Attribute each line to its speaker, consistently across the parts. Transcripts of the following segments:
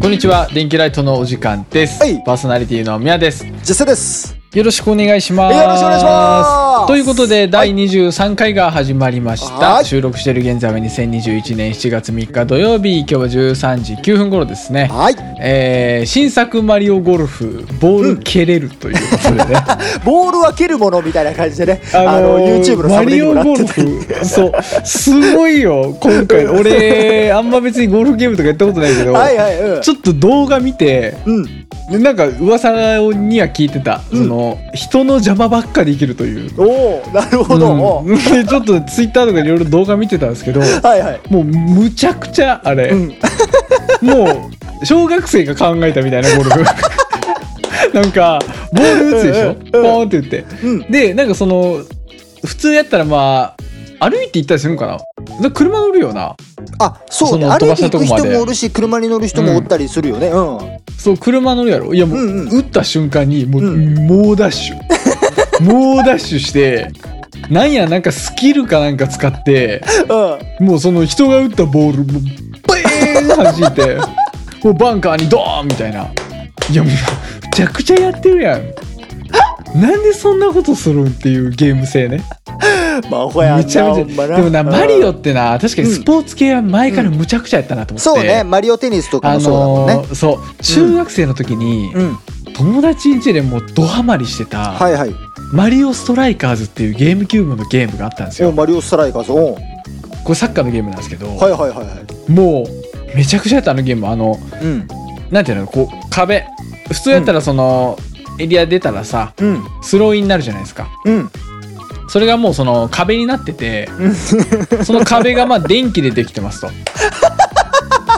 Speaker 1: こんにちは電気ライトのお時間です、
Speaker 2: はい
Speaker 1: パーソナリティの宮ですよ
Speaker 2: 実践です。
Speaker 1: ろしくお願いします
Speaker 2: よろしくお願いします
Speaker 1: ということで第23回が始まりました、
Speaker 2: はい
Speaker 1: 収録している現在は2021年7月3日土曜日今日は13時9分頃ですね、
Speaker 2: はい。
Speaker 1: えー新作マリオゴルフボール蹴れるということでね、
Speaker 2: ボールは蹴るものみたいな感じでね、 あの、YouTube のサ
Speaker 1: マ
Speaker 2: ムネ
Speaker 1: リ
Speaker 2: にも
Speaker 1: オ
Speaker 2: な
Speaker 1: ゴ
Speaker 2: って
Speaker 1: ル
Speaker 2: たり。
Speaker 1: フそうすごいよ今回俺あんま別にゴルフゲームとかやったことないけど、
Speaker 2: はいはい、うん。
Speaker 1: ちょっと動画見て
Speaker 2: うん。
Speaker 1: でなんか噂には聞いてた、その人の邪魔ばっかで生きるという。
Speaker 2: おお、なるほど。お
Speaker 1: うん でちょっとツイッターとかいろいろ動画見てたんですけど
Speaker 2: はいはい。
Speaker 1: もうむちゃくちゃあれ、
Speaker 2: うん。
Speaker 1: もう小学生が考えたみたいなゴルフ なんかボール打つでしょ
Speaker 2: うんうん
Speaker 1: ポーンって打って
Speaker 2: うん。
Speaker 1: でなんかその普通やったらまあ歩いて行ったりするのかなで車乗るよな
Speaker 2: あ、そうね。
Speaker 1: その飛
Speaker 2: 歩
Speaker 1: ば
Speaker 2: い
Speaker 1: してた
Speaker 2: い
Speaker 1: と
Speaker 2: く
Speaker 1: こまで
Speaker 2: 人もおるし、車に乗る人もおったりするよね。うん。
Speaker 1: そう車乗るやろいやもう、
Speaker 2: うんうん
Speaker 1: 打った瞬間にもう、
Speaker 2: うん
Speaker 1: 猛ダッシ ュ猛ダッシュしてなんやなんかスキルかなんか使って
Speaker 2: うん。
Speaker 1: もうその人が打ったボールもうバーン弾いてもうバンカーにドーンみたいないやもうめちゃくちゃやってるやんなんでそんなことするんっていうゲーム性ね
Speaker 2: まあ、ほやん
Speaker 1: め
Speaker 2: な
Speaker 1: ちゃめ
Speaker 2: ほ
Speaker 1: ち
Speaker 2: んま
Speaker 1: ゃでもな
Speaker 2: うん
Speaker 1: マリオってな確かにスポーツ系は前からむちゃくちゃやったなと思って、
Speaker 2: そうね。マリオテニスとか
Speaker 1: あ
Speaker 2: もそうだも
Speaker 1: の
Speaker 2: んね。
Speaker 1: ーそう中学生の時に、
Speaker 2: うん。
Speaker 1: 友達ん家でもうドハマりしてた、
Speaker 2: はいはい。
Speaker 1: マリオストライカーズっていうゲームキューブのゲームがあったんです
Speaker 2: お
Speaker 1: よ
Speaker 2: マリオストライカーズ。おは
Speaker 1: これサッカーのゲームなんですけど、
Speaker 2: いはいはいはい。
Speaker 1: もうめちゃくちゃやったあのゲームあの
Speaker 2: うん。
Speaker 1: なんていうのこう壁普通やったらその、エリア出たらさ
Speaker 2: うん。
Speaker 1: スローインになるじゃないですか
Speaker 2: うん。
Speaker 1: それがもうその壁になっててその壁がまあ電気でできてますと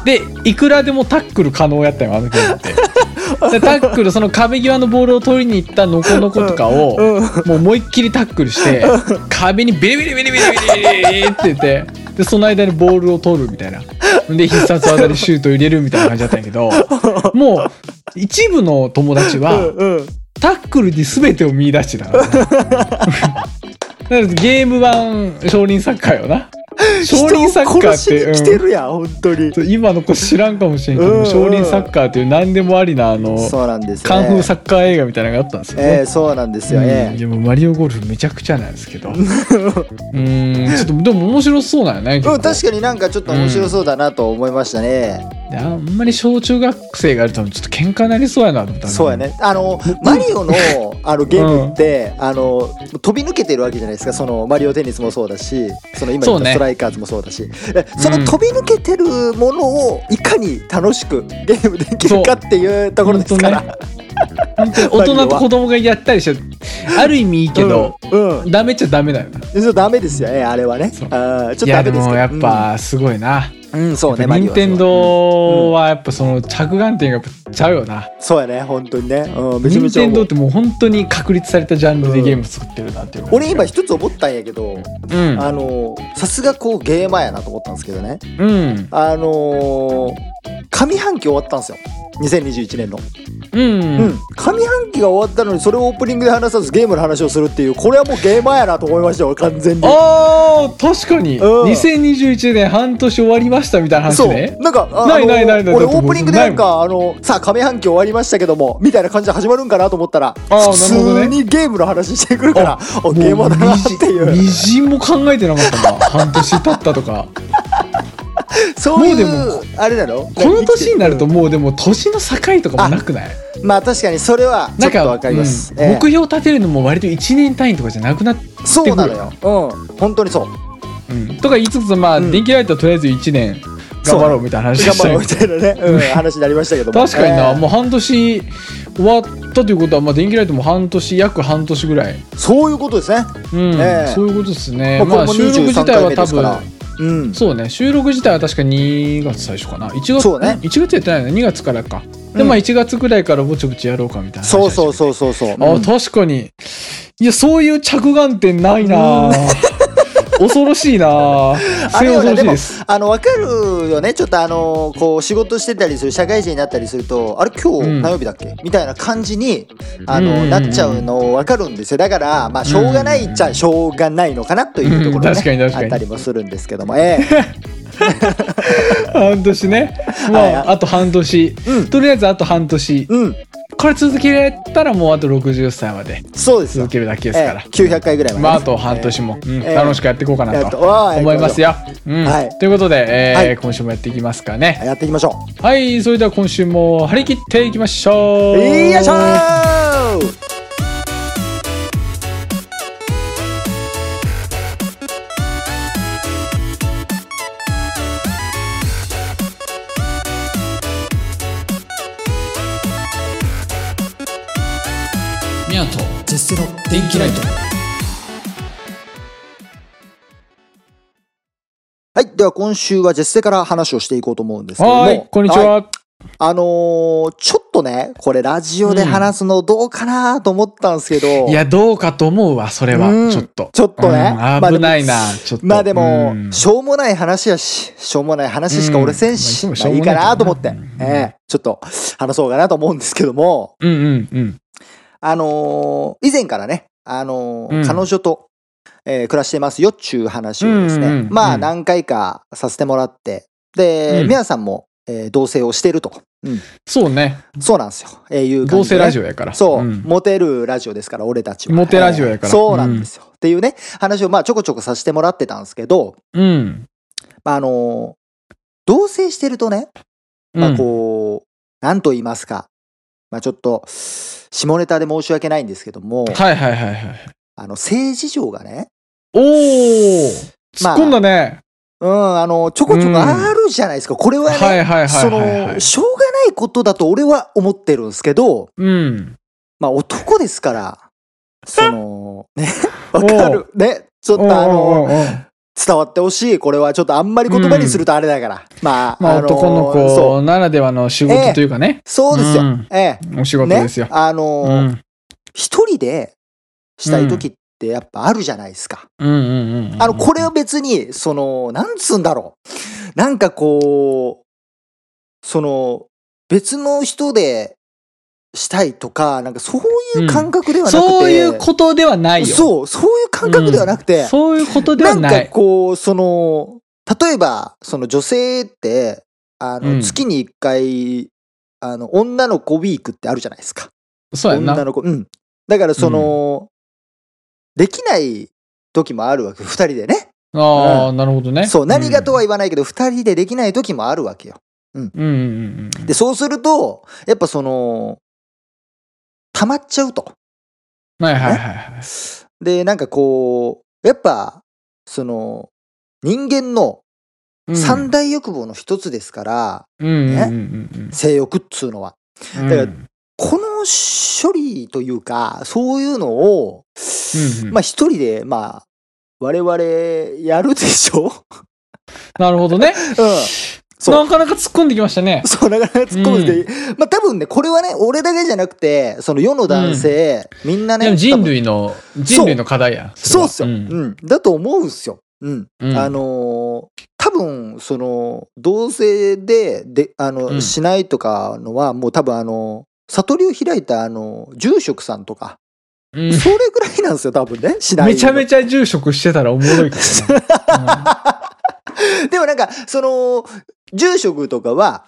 Speaker 1: でいくらでもタックル可能やったよあのゲームってでタックルその壁際のボールを取りに行ったノコノコとかを、
Speaker 2: うん。
Speaker 1: もう思いっきりタックルして壁にビリビリビリビリビリビリって言ってでその間にボールを取るみたいなで必殺技でシュート入れるみたいな感じだったんやけどもう一部の友達は
Speaker 2: うん。
Speaker 1: タックルに全てを見出してた からねだからゲーム版少林サッカーよな少林サッカーっ
Speaker 2: 人
Speaker 1: て
Speaker 2: を殺しに来
Speaker 1: う
Speaker 2: て
Speaker 1: ん
Speaker 2: るやん、本当に。
Speaker 1: そう今の子知らんかもしれんけ
Speaker 2: うんう
Speaker 1: ど
Speaker 2: ん
Speaker 1: 少林サッカーっていう何でもありなあの
Speaker 2: そうなんですね。
Speaker 1: カンフーサッカー映画みたいなのがあったんですよね
Speaker 2: ええそうなんですよ
Speaker 1: う
Speaker 2: ね
Speaker 1: ん、。でもマリオゴルフめちゃくちゃなんですけ どうーんちょっとでも面白そうなんよね、結
Speaker 2: う
Speaker 1: 構
Speaker 2: ん、確かになんかちょっと面白そうだなと思いましたね。
Speaker 1: であんまり小中学生がやるとちょっと喧嘩になりそうやなと思ったの
Speaker 2: そうやね。あの、マリオのあのゲームって、あの飛び抜けてるわけじゃないですか。そのマリオテニスもそうだし、その今言
Speaker 1: そう
Speaker 2: った
Speaker 1: ね
Speaker 2: ストライカーズもそうだし、えその飛び抜けてるものをいかに楽しくゲームできるかっていうところですから。
Speaker 1: 本当に大人と子供がやったりしてある意味いいけど、
Speaker 2: うん、うん、
Speaker 1: ダメっちゃダメだよな
Speaker 2: ちょっとダメですよね。あれはね。
Speaker 1: そう
Speaker 2: あーちょっと
Speaker 1: い
Speaker 2: ダ
Speaker 1: やで
Speaker 2: メです
Speaker 1: も
Speaker 2: けど。
Speaker 1: やっぱすごいな、
Speaker 2: うん、うん、そうね。マリ
Speaker 1: 任
Speaker 2: オはそう
Speaker 1: 天堂はやっぱその着眼点がやっぱちゃうよな
Speaker 2: そうやね。本当にね。うん、めちゃめ
Speaker 1: 任
Speaker 2: ちゃ
Speaker 1: 天
Speaker 2: 思
Speaker 1: 堂っ
Speaker 2: う。
Speaker 1: てもう本当に確立されたジャンルでゲーム作ってるなっていう感じ
Speaker 2: 俺今一つ思ったんやけど、
Speaker 1: うん
Speaker 2: あのさすがこうゲーマーやなと思ったんですけどね
Speaker 1: うん
Speaker 2: あのー上半期終わったんですよ2021年の、
Speaker 1: うん、
Speaker 2: うん、上半期が終わったのにそれをオープニングで話さずゲームの話をするっていうこれはもうゲーマーやなと思いましたよ完全に
Speaker 1: あー確かに、
Speaker 2: うん
Speaker 1: 2021年半年終わりましたみたいな話
Speaker 2: そう
Speaker 1: ね
Speaker 2: なんかあ
Speaker 1: ないないないない
Speaker 2: 俺
Speaker 1: だって
Speaker 2: オープニングでなんかあのさあ上半期終わりましたけどもみたいな感じで始まるんかなと思ったら
Speaker 1: あー
Speaker 2: 普
Speaker 1: なるほど
Speaker 2: 通
Speaker 1: ね
Speaker 2: にゲームの話してくるからあ
Speaker 1: もう
Speaker 2: ゲーマーだなってい
Speaker 1: み
Speaker 2: う
Speaker 1: じみじんも考えてなかったな半年経ったとか
Speaker 2: そうい
Speaker 1: も
Speaker 2: うあれだろ
Speaker 1: この年になるともうでも年の境とかもなくない
Speaker 2: まあ確かにそれはち
Speaker 1: な
Speaker 2: ょっ
Speaker 1: ん
Speaker 2: と
Speaker 1: か
Speaker 2: わかります、
Speaker 1: うん
Speaker 2: ええ
Speaker 1: 目標立てるのも割と1年単位とかじゃなくなっ、
Speaker 2: そうなのよ。うん。本当にそう。
Speaker 1: うん、とか言いつつまあ、
Speaker 2: うん
Speaker 1: 電気ライトはとりあえず1年頑張ろうみたいな話で
Speaker 2: 頑
Speaker 1: した
Speaker 2: 張ろ
Speaker 1: よ
Speaker 2: うみたいなね、 うん、話になりましたけども。
Speaker 1: 確かにな、
Speaker 2: えー
Speaker 1: もう半年終わったということは、まあ、電気ライトも半年約半年ぐらい、
Speaker 2: そういうことですね。
Speaker 1: うん
Speaker 2: ええ
Speaker 1: そういうことですね、
Speaker 2: まあこ
Speaker 1: ま
Speaker 2: れ
Speaker 1: あ
Speaker 2: も
Speaker 1: 収録自
Speaker 2: 23
Speaker 1: 体
Speaker 2: 回
Speaker 1: は
Speaker 2: 目
Speaker 1: 多
Speaker 2: ですか
Speaker 1: 分
Speaker 2: ら。うん。
Speaker 1: そうね収録自体は確か2月最初かな1月
Speaker 2: そうね
Speaker 1: 1月やってないの2月からかで、
Speaker 2: うん
Speaker 1: まあ1月ぐらいからぼちぼちやろうかみたいな
Speaker 2: そうそう
Speaker 1: そ
Speaker 2: そうそうそう。
Speaker 1: あ、
Speaker 2: うん
Speaker 1: 確かにいやそういう着眼点ないなぁ 恐ろしいなぁ
Speaker 2: あ
Speaker 1: 末
Speaker 2: れは
Speaker 1: 恐
Speaker 2: ね
Speaker 1: ろし
Speaker 2: で
Speaker 1: い
Speaker 2: も
Speaker 1: です
Speaker 2: あの分かるよねちょっとあのこう仕事してたりする社会人になったりするとあれ今
Speaker 1: う
Speaker 2: 日
Speaker 1: ん
Speaker 2: 何曜日だっけ、みたいな感じにあ
Speaker 1: うんうん
Speaker 2: の
Speaker 1: うん
Speaker 2: なっちゃうの分かるんですよだからまあしょうがないっちゃしょうがないのかなというところ
Speaker 1: うん
Speaker 2: が、ね
Speaker 1: 確かに確かに
Speaker 2: あったりもするんですけどもええ
Speaker 1: あ 半年ねもう
Speaker 2: はいはい
Speaker 1: あと半年、
Speaker 2: うん
Speaker 1: とりあえずあと半年、
Speaker 2: うん
Speaker 1: これ続けられたらもうあと60歳まで
Speaker 2: そうですよ
Speaker 1: 続けるだけですから
Speaker 2: ええ、900回ぐらいまで
Speaker 1: ま
Speaker 2: ね
Speaker 1: あ、あと半年も、うん楽しくやっていこうかな
Speaker 2: やっ
Speaker 1: と
Speaker 2: とわー
Speaker 1: 思いますよ。うん
Speaker 2: はい
Speaker 1: ということで、えー
Speaker 2: はい
Speaker 1: 今週もやっていきますかね。
Speaker 2: やっていきましょう
Speaker 1: はい、それでは今週も張り切っていきましょう。
Speaker 2: よいしょー
Speaker 1: みやと絶世の電気ライト。
Speaker 2: はい。では今週は絶世から話をしていこうと思うんですけども。
Speaker 1: はーい、こんにち
Speaker 2: い
Speaker 1: は。
Speaker 2: あのーちょっとね、これラジオで話すのどうかなと思ったんですけど。
Speaker 1: い、や、どうかと思うわ、それは、
Speaker 2: うん
Speaker 1: ちょっと。
Speaker 2: ちょっとね
Speaker 1: うん危ないな、ちょっと。
Speaker 2: まあでも、
Speaker 1: うん
Speaker 2: しょうもない話やし、しょうもない話しか俺せんし、
Speaker 1: うんまあ
Speaker 2: まあいいかなと思って、
Speaker 1: しょうもないけどな
Speaker 2: え
Speaker 1: うん
Speaker 2: えちょっと話そうかなと思うんですけども、
Speaker 1: うんうんうん。
Speaker 2: あのー以前からね、あのー
Speaker 1: うん
Speaker 2: 彼女と、えー暮らしてますよっちゅう話をですね、
Speaker 1: うんうんうん
Speaker 2: まあ何回かさせてもらって、で、
Speaker 1: うん
Speaker 2: 皆さんも、えー同棲をしてると。うん
Speaker 1: そうね、
Speaker 2: そうなんですよ。えーいう
Speaker 1: ど
Speaker 2: 感
Speaker 1: う
Speaker 2: じで
Speaker 1: せ
Speaker 2: ね
Speaker 1: ラジオやから。
Speaker 2: そう、
Speaker 1: ん
Speaker 2: モテるラジオですから、俺たちは。
Speaker 1: モテラジオやから
Speaker 2: えーそうなんですよ。っていうね、話をまあちょこちょこさせてもらってたんですけど、
Speaker 1: うん。
Speaker 2: まあ、あの、同棲してるとね、ま
Speaker 1: う
Speaker 2: あ
Speaker 1: ん
Speaker 2: こう、なんと言いますか、まあちょっと、下ネタで申し訳ないんですけども、
Speaker 1: はいはいはいはい。
Speaker 2: あの、性事情がね、
Speaker 1: おー、突
Speaker 2: ま
Speaker 1: っ
Speaker 2: あ
Speaker 1: 込んだね。
Speaker 2: うん、あの、ちょこちょこあるじゃないですか。これはね、
Speaker 1: はいはいはい
Speaker 2: そ
Speaker 1: はいはい
Speaker 2: の、。しょうがないことだと俺は思ってるんですけど、
Speaker 1: うん。
Speaker 2: まあ男ですから、その、 ね、わかる。ね、ちょっとあ
Speaker 1: おうおうおうお
Speaker 2: の、
Speaker 1: う
Speaker 2: 伝わってほしい。これはちょっとあんまり言葉にするとあれだから。まあ、
Speaker 1: まあ、
Speaker 2: の
Speaker 1: 男の
Speaker 2: そう。
Speaker 1: 子ならではの仕事というかね、
Speaker 2: そうですよ。
Speaker 1: うん
Speaker 2: ええ。
Speaker 1: お仕事ですよ。
Speaker 2: ね、あの
Speaker 1: う
Speaker 2: ー
Speaker 1: ん
Speaker 2: 一人でしたい時ってやっぱあるじゃないですか。
Speaker 1: うんうんうんうん
Speaker 2: あの、これは別に、その、なんつうんだろう。なんかこう、その、別の人でしたいとか、なんかそういう感覚ではなくて。
Speaker 1: そういうことではないよ。
Speaker 2: そう、そういう感覚ではなくて。
Speaker 1: うんそういうことでは
Speaker 2: な
Speaker 1: なんい
Speaker 2: か。こう、その、例えば、その女性って、あ
Speaker 1: う
Speaker 2: の、
Speaker 1: ん
Speaker 2: 月に一回、あの、女の子ウィークってあるじゃないですか。
Speaker 1: そうやんな。
Speaker 2: 女
Speaker 1: う
Speaker 2: の子。うん。だからその、できない時もあるわけ。二人でね。
Speaker 1: ああ、なるほどね。
Speaker 2: そう、何がとは
Speaker 1: は
Speaker 2: 言わないけど、二人でできない時もあるわけよ。
Speaker 1: うんうんうんうん。
Speaker 2: で、そうすると、やっぱその、溜まっちゃうと。
Speaker 1: はいはいはいはい。
Speaker 2: で、なんかこう、やっぱ、その、人間の
Speaker 1: うん
Speaker 2: 三大欲望の一つですから、
Speaker 1: うんうんうんうん
Speaker 2: 性欲っつうのは。
Speaker 1: うん。
Speaker 2: だから
Speaker 1: うん
Speaker 2: この処理というか、そういうのを、
Speaker 1: うん
Speaker 2: まあ一人で、まあ、我々やるでしょ
Speaker 1: なるほどね。
Speaker 2: うん。そう
Speaker 1: なかなか突っ込んできましたね。
Speaker 2: そう、なかなか突っ込むで、まあ多分ね、これはね、俺だけじゃなくて、その世の男性、みんな
Speaker 1: で
Speaker 2: ね、
Speaker 1: も人
Speaker 2: 多分
Speaker 1: 類の、人類の課題や。
Speaker 2: そ
Speaker 1: れ
Speaker 2: うっ
Speaker 1: は
Speaker 2: すよ、うん
Speaker 1: ん。
Speaker 2: だと思うんすよ。うん。
Speaker 1: うん
Speaker 2: あのー多分その同性でであの、
Speaker 1: うん
Speaker 2: しないとかのはもう多分あの悟りを開いたあの住職さんとか、
Speaker 1: うん
Speaker 2: それぐらいなんですよ多分ねしない
Speaker 1: めちゃめ
Speaker 2: ち
Speaker 1: ちゃ住職してたらおもろいから な。
Speaker 2: ゃ でもなんかその住職とかは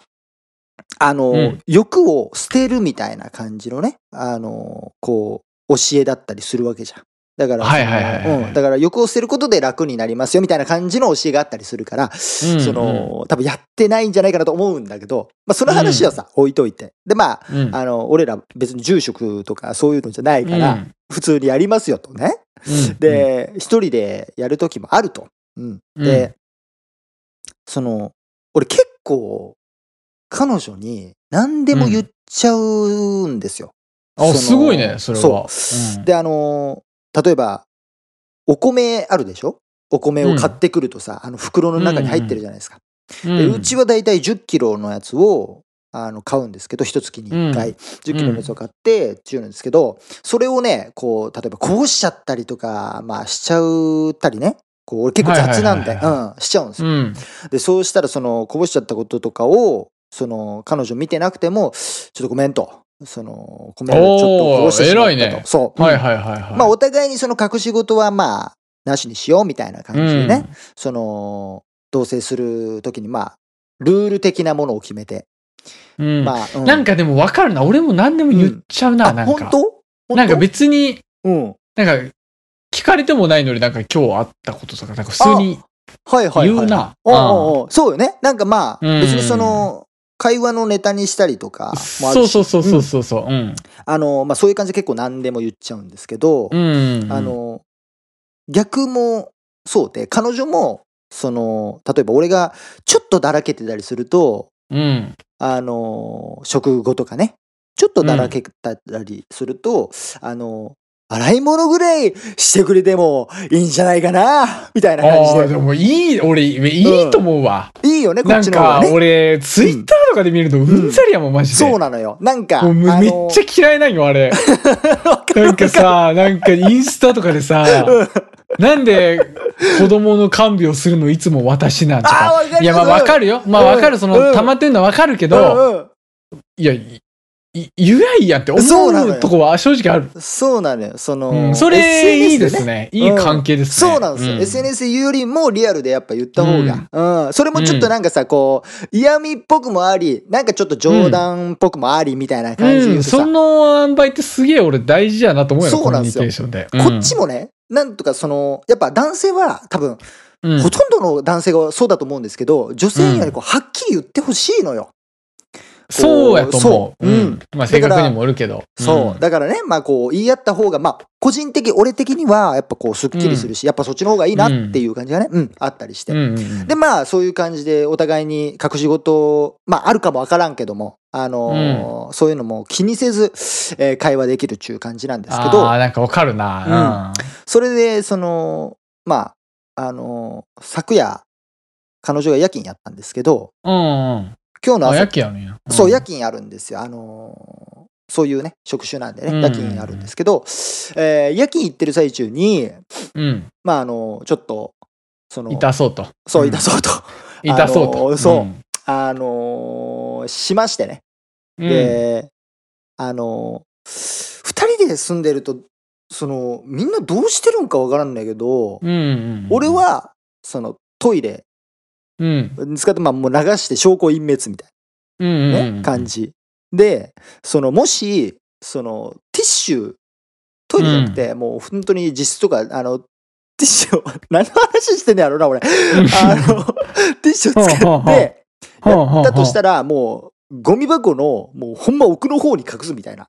Speaker 2: あの、
Speaker 1: うん
Speaker 2: 欲を捨てるみたいな感じのねあのこう教えだったりするわけじゃん。だから、
Speaker 1: はいはいはいはい
Speaker 2: うん、だから欲を捨てることで楽になりますよみたいな感じの教えがあったりするから、
Speaker 1: うん
Speaker 2: その、多分やってないんじゃないかなと思うんだけど、まあその話はさ、置いといて。で、まあ、
Speaker 1: うんうん
Speaker 2: あの、俺ら別に住職とかそういうのじゃないから、
Speaker 1: うん
Speaker 2: 普通にやりますよとね。
Speaker 1: うん
Speaker 2: で、一人でやる時もあると。うん。
Speaker 1: うん
Speaker 2: で、その、俺結構、彼女に何でも言っちゃうんですよ。
Speaker 1: あ
Speaker 2: その
Speaker 1: すごいねそれは
Speaker 2: そううんで、あの、例えば、お米あるでしょお米を買ってくるとさ、あの袋の中に入ってるじゃないですか。でうちはだいたい1 0キロのやつをあの買うんですけど一月に1回、
Speaker 1: う
Speaker 2: 1 0キロのやつを買ってっていうのですけどそれをねこう例えばこぼしちゃったりとか、まあ、しちゃったりねこう俺結構雑なんで、
Speaker 1: はいはいは
Speaker 2: うん、しちゃうんです
Speaker 1: う
Speaker 2: よ。
Speaker 1: ん
Speaker 2: でそうしたらそのこぼしちゃったこととかをその彼女見てなくてもちょっとごめんとその米をちょっとこぼしてしまっ
Speaker 1: おー偉
Speaker 2: たと
Speaker 1: いね
Speaker 2: そう、
Speaker 1: はいはいはいはい
Speaker 2: まあお互いにその隠し事はまあなしにしようみたいな感じでね、その同棲する時にまあルール的なものを決めて。
Speaker 1: うん
Speaker 2: まあ、う
Speaker 1: なんかでも分かるな。俺も何でも言っちゃうな、
Speaker 2: あ、
Speaker 1: なん
Speaker 2: 本
Speaker 1: か。
Speaker 2: 当
Speaker 1: なんか
Speaker 2: 別
Speaker 1: 別に、
Speaker 2: うん。
Speaker 1: なんか、聞かれてもないのになんか今日あったこととか、なんか普通に
Speaker 2: はいはいはい。
Speaker 1: 言うな。
Speaker 2: おう
Speaker 1: うん
Speaker 2: おうおうそうよね。なんかまあ、
Speaker 1: うん
Speaker 2: 別にその、会話のネタにしたりとかもあ
Speaker 1: そ
Speaker 2: る
Speaker 1: う
Speaker 2: し、
Speaker 1: そうそうそうそうそう。うん。
Speaker 2: あの、まあそういう感じで結構何でも言っちゃうんですけど、
Speaker 1: うん。
Speaker 2: あ、の、逆もそうで、彼女も、その、例えば俺がちょっとだらけてたりすると、
Speaker 1: うん。
Speaker 2: あの、食後とかね、ちょっとだらけたりすると、あの、洗い物ぐらいしてくれてもいいんじゃないかな、みたいな
Speaker 1: ああ
Speaker 2: 感
Speaker 1: ー、
Speaker 2: じ
Speaker 1: でもいい、俺、いいと思うわ。
Speaker 2: で。いいよね、こ
Speaker 1: な
Speaker 2: っ
Speaker 1: ん
Speaker 2: ちの方が
Speaker 1: か、
Speaker 2: ね。
Speaker 1: 俺、ツイッターとかで見るとうんざりやもん、マジで。
Speaker 2: そうなのよ。なんか、
Speaker 1: もうめめっ
Speaker 2: あの
Speaker 1: ちゃ嫌いなんよ、あ れ。なんかさ、なんかインスタとかでさ、なんで子供の看病するのいつも私なんと
Speaker 2: あー
Speaker 1: か。
Speaker 2: わかる
Speaker 1: いや、まあわかるよ。ま
Speaker 2: る
Speaker 1: あわかる。そ
Speaker 2: うんう
Speaker 1: の、
Speaker 2: ん
Speaker 1: 溜まってんのはわかるけど、
Speaker 2: うん
Speaker 1: いや、いい言えいやって思
Speaker 2: そうなの
Speaker 1: う
Speaker 2: よ
Speaker 1: とこは正直ある。
Speaker 2: うんそうなのよ。その、
Speaker 1: うん、それ
Speaker 2: SNS
Speaker 1: いいですね。いい関係ですね。
Speaker 2: そうなんですよ、
Speaker 1: うん
Speaker 2: SNS よりもリアルでやっぱ言った方が、うんそれもちょっとなんかさこう嫌味っぽくもありなんかちょっと冗談っぽくもありみたいな感じで
Speaker 1: う、
Speaker 2: 言うんとさ、
Speaker 1: その塩梅ってすげえ俺大事やなと思うよ
Speaker 2: そう
Speaker 1: コミュ
Speaker 2: なんで
Speaker 1: ニ
Speaker 2: す
Speaker 1: ケ
Speaker 2: よ
Speaker 1: ーションで。
Speaker 2: こっちもねなんとかそのやっぱ男性は多分、
Speaker 1: うん、
Speaker 2: ほとんどの男性がそうだと思うんですけど女性にはねこうはっきり言ってほしいのよ。
Speaker 1: そうやと思。
Speaker 2: そうう
Speaker 1: う
Speaker 2: うん
Speaker 1: ん。まあ性格にもよるけど。
Speaker 2: そう、
Speaker 1: ん
Speaker 2: だからねまあこう言い合った方がまあ個人的俺的にはやっぱこうすっきりするし、やっぱそっちの方がいいなっていう感じがね、うん、あったりして
Speaker 1: う、んうんうん
Speaker 2: でまあそういう感じでお互いに隠し事まああるかもわからんけども、あのーそういうのも気にせず、えー会話できるっちゅう感じなんですけ
Speaker 1: あ
Speaker 2: ど
Speaker 1: ーなんかわかるな。
Speaker 2: それでそのまああのー昨夜彼女が夜勤やったんですけど
Speaker 1: うん。うんうん。
Speaker 2: 今日の
Speaker 1: あ、夜
Speaker 2: 朝
Speaker 1: 勤やねんや。ん
Speaker 2: そう夜勤あるんですよあのーそういうね職種なんで
Speaker 1: うん
Speaker 2: ね夜勤あるんですけど、えー夜勤行ってる最中に
Speaker 1: うん。
Speaker 2: まああのーちょっとその
Speaker 1: 痛そうと。
Speaker 2: そう
Speaker 1: うん
Speaker 2: 痛そうと、
Speaker 1: 痛そう
Speaker 2: あのー
Speaker 1: と。。
Speaker 2: そうんあのーしましてね
Speaker 1: うん
Speaker 2: で、あの、二人で住んでると、その、みんなどうしてるんかわからんないけど、
Speaker 1: うんうん。
Speaker 2: 俺、は、その、トイレ、
Speaker 1: うん。
Speaker 2: 使って、まあ、もう流して証拠隠滅みたい
Speaker 1: うん
Speaker 2: な
Speaker 1: う
Speaker 2: ね、
Speaker 1: んうん。
Speaker 2: 感じ。で、その、もし、その、ティッシュ、トイレじゃなくて、もう本当に実質とか、あの、ティッシュを、何の話してんねや ろな、俺。あの、ティッシュを使
Speaker 1: ほうほう
Speaker 2: っ
Speaker 1: ほう
Speaker 2: て、
Speaker 1: ほうほうほう
Speaker 2: だとしたら、もう、ゴミ箱の、もう、ほんま奥の方に隠すみたいな。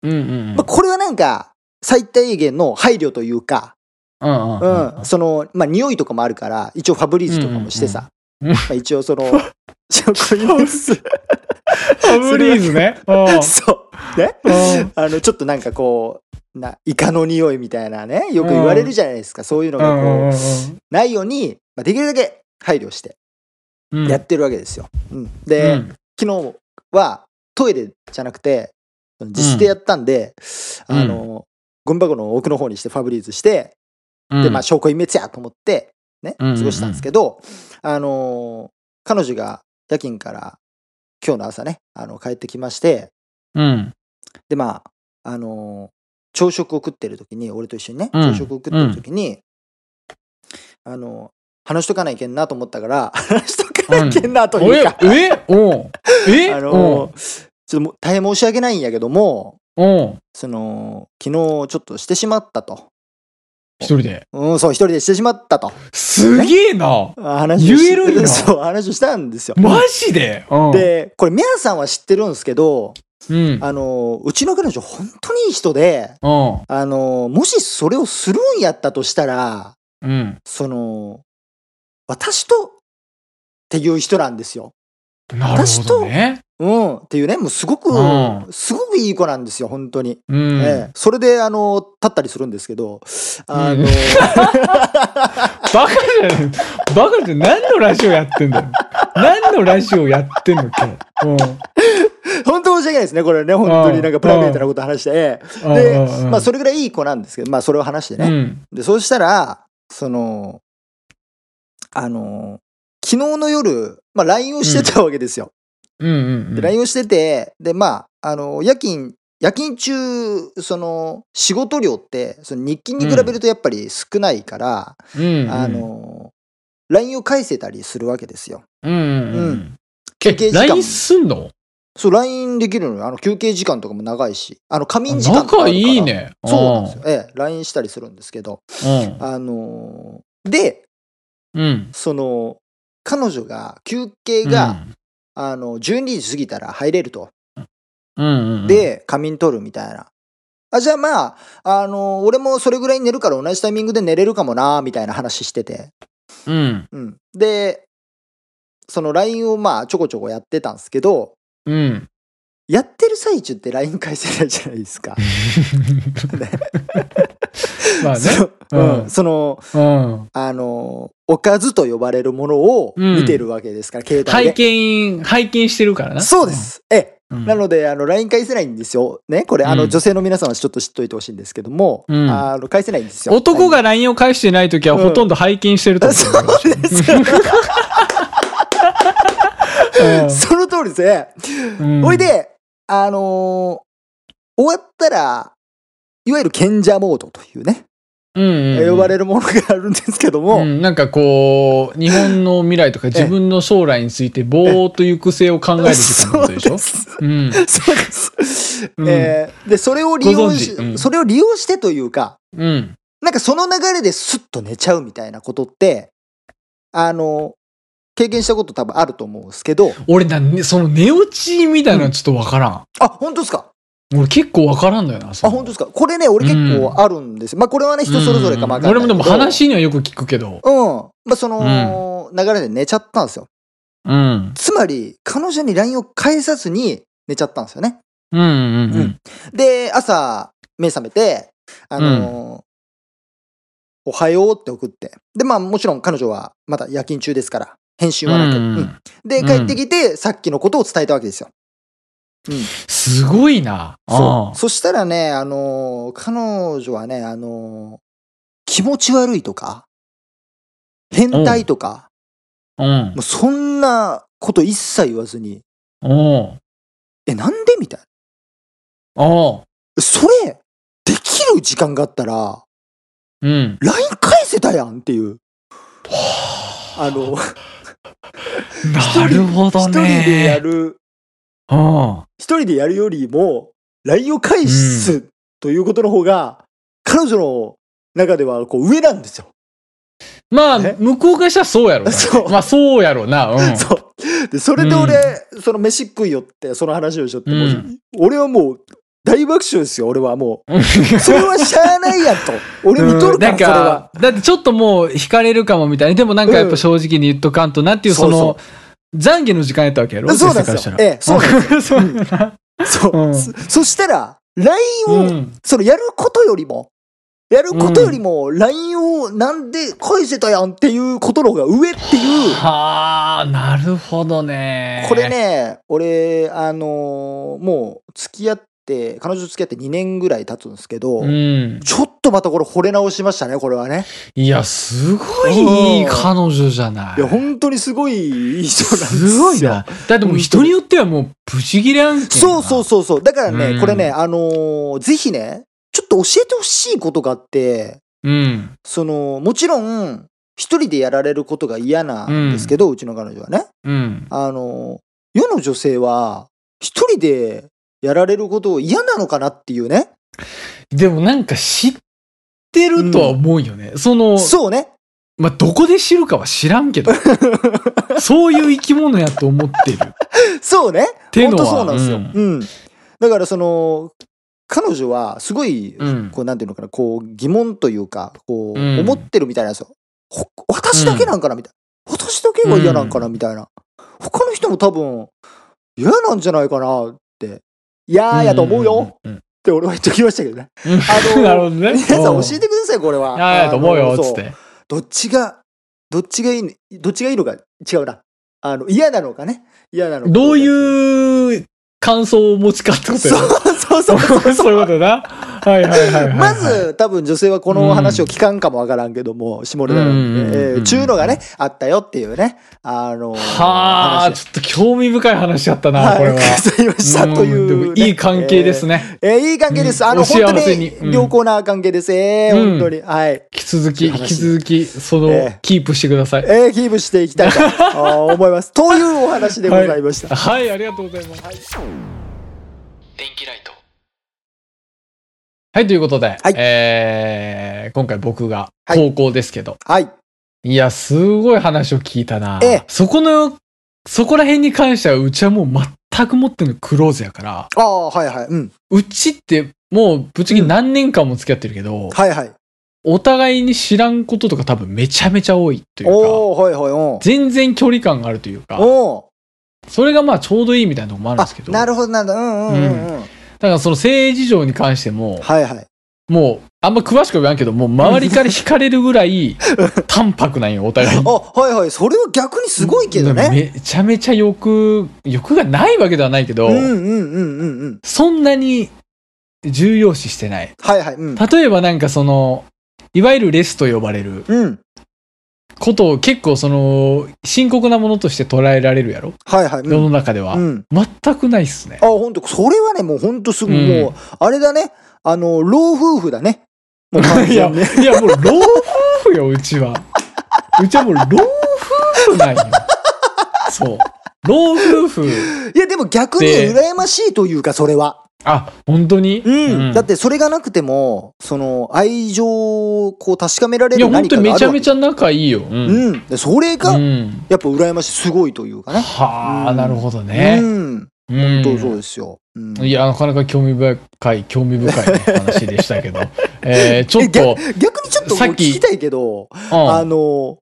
Speaker 1: うんうん
Speaker 2: まあ、これはなんか最低限の配慮というか、
Speaker 1: うん。
Speaker 2: う
Speaker 1: うん
Speaker 2: ん、その、まあ、匂いとかもあるから、一応ファブリーズとかもしてさ、
Speaker 1: うんうんうん
Speaker 2: まあ、一応そ の、証拠隠滅
Speaker 1: ファブリーズね。 うん
Speaker 2: そう。ね
Speaker 1: うん。
Speaker 2: あの、ちょっとなんかこう、な、イカの匂いみたいなね、よく言われるじゃないですか、そういうの
Speaker 1: う
Speaker 2: が
Speaker 1: んうん
Speaker 2: こ
Speaker 1: うん
Speaker 2: う、ないように、まあ、できるだけ配慮して
Speaker 1: うん。
Speaker 2: やってるわけですよ。うん、
Speaker 1: う
Speaker 2: で、
Speaker 1: ん
Speaker 2: 昨日はトイレじゃなくて、自室でやったんで、
Speaker 1: うん
Speaker 2: あの、ゴミ箱の奥の方にしてファブリーズして、で、まあ、証拠隠滅やと思って、ね、
Speaker 1: うんうん
Speaker 2: 過
Speaker 1: うん
Speaker 2: ごしたんですけど、あのー彼女が夜勤から今日の朝ね、あの、帰ってきまして、
Speaker 1: うん。
Speaker 2: で、まあ、あのー朝食を食ってる時に、俺と一緒にね、
Speaker 1: うん
Speaker 2: 朝食を食ってる時に、あのー話しとかないけんなと思ったから、 話しとかないけんなと
Speaker 1: お
Speaker 2: いう
Speaker 1: え
Speaker 2: か、
Speaker 1: えおうえ
Speaker 2: あ
Speaker 1: お
Speaker 2: のーちょっともう大変申し訳ないんやけども、
Speaker 1: おう
Speaker 2: その、昨日ちょっとしてしまったと。
Speaker 1: 一人で。
Speaker 2: うん、そう、一人でしてしまったと。
Speaker 1: すげえな。
Speaker 2: 話をし
Speaker 1: 言えるんや
Speaker 2: そう、話をしたんですよ。
Speaker 1: マジでうん
Speaker 2: で、これ、メアさんは知ってるんですけど、
Speaker 1: うん。
Speaker 2: あの、うちの彼女、本当にいい人で、
Speaker 1: うん。
Speaker 2: あの、もしそれをするんやったとしたら、
Speaker 1: うん。
Speaker 2: その、私と、っていう人なんですよ。
Speaker 1: なるほどね。
Speaker 2: うん、っていうね、もうすごく
Speaker 1: うん、
Speaker 2: すごくいい子なんですよ、本当に。
Speaker 1: うん。
Speaker 2: ええ、それで、あの、立ったりするんですけど、あの、
Speaker 1: うんバカじゃないバカじゃない何のラジオやってんだよ。何のラジオやってんの今日。うん
Speaker 2: 本当申し訳ないですね、これね、本当になんかプライベートなこと話して、ええで、まあ、それぐらいいい子なんですけど、まあ、それを話してね、
Speaker 1: うん
Speaker 2: で、そうしたら、その、あの、昨日の夜、まあ、LINE をしてたわけです
Speaker 1: う
Speaker 2: よ。
Speaker 1: んうんう
Speaker 2: で、
Speaker 1: ん。
Speaker 2: LINE をしてて、で、まあ、あの、夜勤、夜勤中、その、仕事量って、その日勤に比べるとやっぱり少ないから、
Speaker 1: うんうん
Speaker 2: あの、LINE を返せたりするわけですよ。
Speaker 1: うんうんうん
Speaker 2: 休憩時間も
Speaker 1: LINE すんの
Speaker 2: そう、LINE できるのよ。あの、休憩時間とかも長いし、あの、仮眠時間とかある
Speaker 1: 仲
Speaker 2: から
Speaker 1: いい。ね。
Speaker 2: そうなんですよ。ええ、LINE したりするんですけど、
Speaker 1: うん
Speaker 2: あのーで、
Speaker 1: うん。
Speaker 2: その、彼女が、休憩
Speaker 1: うん。
Speaker 2: が、あの、12時過ぎたら入れると。
Speaker 1: うん、うんうん。、
Speaker 2: で、仮眠取るみたいな。あ、じゃあまあ、あのー俺もそれぐらいに寝るから同じタイミングで寝れるかもな、みたいな話してて。
Speaker 1: うん。
Speaker 2: うん。で、その LINE をまあ、ちょこちょこやってたんですけど、
Speaker 1: うん。
Speaker 2: やってる最中って LINE 返せないじゃないです か。
Speaker 1: まあね。
Speaker 2: その、
Speaker 1: う
Speaker 2: うんん、その、
Speaker 1: うん。
Speaker 2: あの、おかずと呼ばれるものを見てるわけですから、携帯
Speaker 1: 拝
Speaker 2: で。
Speaker 1: 見、拝見してるからな。
Speaker 2: そうで。す。え
Speaker 1: う
Speaker 2: え、
Speaker 1: ん、
Speaker 2: なので、あの、LINE 返せないんですよ。ね、これ、あ
Speaker 1: う
Speaker 2: の、
Speaker 1: ん
Speaker 2: 女性の皆さんはちょっと知っといてほしいんですけども、
Speaker 1: うん
Speaker 2: あの、返せないんですよ。
Speaker 1: 男が LINE を返してないときは
Speaker 2: うん
Speaker 1: ほとんど拝見してると
Speaker 2: あ
Speaker 1: 思
Speaker 2: そうですよ。その通りですね。
Speaker 1: うん。
Speaker 2: ほいで、あのー終わったら、いわゆる賢者モードというね、
Speaker 1: うん、うんうん、
Speaker 2: 呼ばれるものがあるんですけども、
Speaker 1: うん、なんかこう、日本の未来とか自分の将来について、ぼーっと行く性を考える時間のことでし
Speaker 2: そう
Speaker 1: ょ
Speaker 2: す
Speaker 1: うん。
Speaker 2: そうです。
Speaker 1: うん
Speaker 2: えーで、それを利用し、
Speaker 1: ご存知うん
Speaker 2: それを利用してというか、
Speaker 1: うん。
Speaker 2: なんかその流れでスッと寝ちゃうみたいなことって、あの、経験したこと多分あると思うんですけど、
Speaker 1: 俺な、ねその寝落ちみたいなのちょっとわから
Speaker 2: あ、本当ですか
Speaker 1: ん。俺結構わからんだよな、そ
Speaker 2: あ、
Speaker 1: れ
Speaker 2: 本当ですかこれね、俺結構あるんですよ。まあこれはね、人それぞれかもわかんない
Speaker 1: うん俺もでも
Speaker 2: けど
Speaker 1: 話にはよく聞くけど。
Speaker 2: うん。まあその、流れで寝ちゃったんですよ。
Speaker 1: うん。
Speaker 2: つまり、彼女に LINE を返さずに寝ちゃったんですよね。
Speaker 1: うんうんう
Speaker 2: うんん。で、朝、目覚めて、あのーおはようって送って。で、まあもちろん彼女はまだ夜勤中ですから、返信はなく。
Speaker 1: うん
Speaker 2: うんで、帰ってきて、さっきのことを伝えたわけですよ。
Speaker 1: すごいな。
Speaker 2: そう。そしたらね、あのー彼女はね、あのー気持ち悪いとか、変態とか、
Speaker 1: うん。
Speaker 2: もうそんなこと一切言わずに、
Speaker 1: うん。うん。
Speaker 2: え、なんでみたい
Speaker 1: ああ。
Speaker 2: な。それ、できる時間があったら、
Speaker 1: うん。
Speaker 2: LINE 返せたやんっていう。あの、人
Speaker 1: なるほど
Speaker 2: 一人でや
Speaker 1: ね。
Speaker 2: る、
Speaker 1: うん。
Speaker 2: 一人でやるよりも、LINE を返す、ということの方が、彼女の中ではこう上なんですよ。
Speaker 1: まあ、
Speaker 2: え
Speaker 1: 向こうからしたらそうやろな。
Speaker 2: そう
Speaker 1: まあ、そうやろな。うん。
Speaker 2: そう。で、それで俺、その飯食いよって、その話をしょって、もう
Speaker 1: うん
Speaker 2: 俺はもう大爆笑ですよ、俺はも
Speaker 1: うん
Speaker 2: う。それはしゃあないやんと。俺見とる
Speaker 1: うんな
Speaker 2: から、
Speaker 1: ん
Speaker 2: それは。
Speaker 1: だってちょっともう惹かれるかもみたいな。でもなんかやっぱ正直に言っとかんとなっていう、
Speaker 2: そ
Speaker 1: そうの、懺悔の時間やったわけやろ
Speaker 2: そうなんですよええそうなん
Speaker 1: ですよ。そうなんです よ
Speaker 2: そうう。
Speaker 1: ん
Speaker 2: そそしたら、
Speaker 1: う
Speaker 2: LINE を
Speaker 1: ん。
Speaker 2: そのやることよりも、やることよりも、LINE をなんで返せたやんっていうことの方が上っていう、
Speaker 1: はあ、なるほどね。
Speaker 2: これ。ね、俺、あのーもう付き合って、彼女と付き合って2年ぐらい経つんですけど、
Speaker 1: うん。
Speaker 2: ちょっとまたこれ惚れ直しましたね、これはね。
Speaker 1: いや、すごいいい彼女じゃない。
Speaker 2: いや、本当にすごいいい人なんですよ。
Speaker 1: すごいな。だってもう人によってはもう、ブチギレ案件。
Speaker 2: そうそうそうそう。だからね、
Speaker 1: うん
Speaker 2: これね、あのーぜひね、ちょっと教えてほしいことがあって、
Speaker 1: う。うん。
Speaker 2: その、もちろん、一人でやられることが嫌なんですけど、うちの彼女はね。
Speaker 1: うん。
Speaker 2: あの、世の女性は、一人でやられることを嫌なのかなっていうね。
Speaker 1: でもなんか知ってるとは思うよね。その、
Speaker 2: そうね。
Speaker 1: まあ、どこで知るかは知らん けど、そういう生き物やと思ってる。
Speaker 2: そうね。
Speaker 1: て
Speaker 2: 本
Speaker 1: のは
Speaker 2: 当そうなんですよ。
Speaker 1: う
Speaker 2: うんん。だからその、彼女はすごい、
Speaker 1: うん
Speaker 2: こう、なんていうのかな、こう、疑問というか、こう、
Speaker 1: うん
Speaker 2: 思ってるみたいなんですよ。ほ私だけなんかなみたいな。私だけが嫌なんかなみたいな。他の人も多分、嫌なんじゃないかなって。いやーやと思うよっ
Speaker 1: うん。うん
Speaker 2: て俺は言っときましたけどね。
Speaker 1: うん
Speaker 2: の
Speaker 1: なるほどね。
Speaker 2: 皆さん教え
Speaker 1: て。
Speaker 2: てください、これは。
Speaker 1: いやいやと思う
Speaker 2: あ
Speaker 1: よ、
Speaker 2: の
Speaker 1: つ
Speaker 2: そ
Speaker 1: っ
Speaker 2: う
Speaker 1: て。
Speaker 2: どっちが、どっちがいいの、どっちがいいのか違うな。あの、嫌なのかね。嫌なのか。
Speaker 1: どう
Speaker 2: う。
Speaker 1: いう感想をお持ちかってこと
Speaker 2: そ
Speaker 1: よ。
Speaker 2: うそうそう。
Speaker 1: そういうことな。はいはいはいはいはい。
Speaker 2: まず、多分女性はこの話を聞かんかもわからんけども、下ネタなん
Speaker 1: う
Speaker 2: で
Speaker 1: んうんうんうん
Speaker 2: えー、ちゅうのがね、あったよっていうね、あのー、
Speaker 1: はあ、
Speaker 2: 話
Speaker 1: ちょっと興味深い話だったな、
Speaker 2: はい
Speaker 1: こ れは。
Speaker 2: ございましたといううんね、
Speaker 1: でもいい関係ですね。
Speaker 2: えー。えーいい関係です。
Speaker 1: うん
Speaker 2: あの、
Speaker 1: お
Speaker 2: 本
Speaker 1: 幸
Speaker 2: 当
Speaker 1: せにうん
Speaker 2: に良好な関係です。えー
Speaker 1: うん
Speaker 2: 本当に。はい。
Speaker 1: 引き続き、
Speaker 2: いい
Speaker 1: 引
Speaker 2: 話
Speaker 1: き続き、その、
Speaker 2: ええ
Speaker 1: キープしてください。
Speaker 2: えーキープしていきたいとあー 思います。というお話でございました。
Speaker 1: はい、ありがとうございます。電気ライト。はい、ということで、
Speaker 2: はい
Speaker 1: えー今回僕が
Speaker 2: はい
Speaker 1: 高校ですけど、
Speaker 2: はい。
Speaker 1: い、や、すごい話を聞いたな。
Speaker 2: ええ
Speaker 1: そこの、そこら辺に関しては、うちはもう全く持ってるのクローズやから、
Speaker 2: ああ、はいはい。うん。
Speaker 1: うちってもうぶっちゃけ何年間も付き合ってるけど、
Speaker 2: はいはい。
Speaker 1: お互いに知らんこととか多分めちゃめちゃ多いというか、
Speaker 2: おおはいはい。おー
Speaker 1: 全然距離感があるというか、
Speaker 2: おー
Speaker 1: それがまあちょうどいいみたいなとこもあるんですけ
Speaker 2: あ
Speaker 1: ど、
Speaker 2: な
Speaker 1: だか
Speaker 2: るほどなるほどうんうんうんうん
Speaker 1: らその政治上に関しても、
Speaker 2: はいはい
Speaker 1: もう、あんま詳しくは言わんけど、もう周りから惹かれるぐらい、淡白なんよ、お互いに。
Speaker 2: あはいはいそれは逆 にすごいけどね
Speaker 1: めちゃめちゃ欲、欲がないわけではないけど、
Speaker 2: うんうんうんうんうん
Speaker 1: そんなに重要視してない。
Speaker 2: はいはいうん
Speaker 1: 例えばなんかその、いわゆるレスと呼ばれる
Speaker 2: うん
Speaker 1: ことを結構その、深刻なものとして捉えられるやろ
Speaker 2: はいはい
Speaker 1: 世
Speaker 2: う
Speaker 1: の
Speaker 2: ん
Speaker 1: 中では。
Speaker 2: うん
Speaker 1: 全くないっすね
Speaker 2: あ。本当それはねもう本当すぐ
Speaker 1: うん
Speaker 2: もうあれだねあの老夫婦だねもう 完
Speaker 1: いや、
Speaker 2: 全に
Speaker 1: いやもう老夫婦よ、うちは。うちはもう老夫婦なんよ。そう。老夫婦。
Speaker 2: いやでも逆に
Speaker 1: で
Speaker 2: 羨ましいというかそれは
Speaker 1: あ、本当に。
Speaker 2: うんだっててそれがなくてもその愛情をこう確かめられ
Speaker 1: いや、
Speaker 2: る
Speaker 1: 本
Speaker 2: 何
Speaker 1: 当
Speaker 2: か
Speaker 1: に
Speaker 2: が
Speaker 1: め
Speaker 2: あ
Speaker 1: ち
Speaker 2: る
Speaker 1: ゃ
Speaker 2: わけ
Speaker 1: めちゃ仲いいよ。うん。
Speaker 2: うんでそれが
Speaker 1: うん
Speaker 2: やっぱ羨ましいすごいというかね
Speaker 1: は
Speaker 2: う
Speaker 1: あ、
Speaker 2: ん
Speaker 1: なるほど
Speaker 2: う
Speaker 1: ね。
Speaker 2: ん
Speaker 1: うん。
Speaker 2: そうそうですようん
Speaker 1: いや、なかなか興味深い、興味深いね話でしたけど。えー、ちょっと、
Speaker 2: え逆逆にちょっともう
Speaker 1: さっ
Speaker 2: 聞
Speaker 1: き
Speaker 2: きたいけど、あ
Speaker 1: う
Speaker 2: の、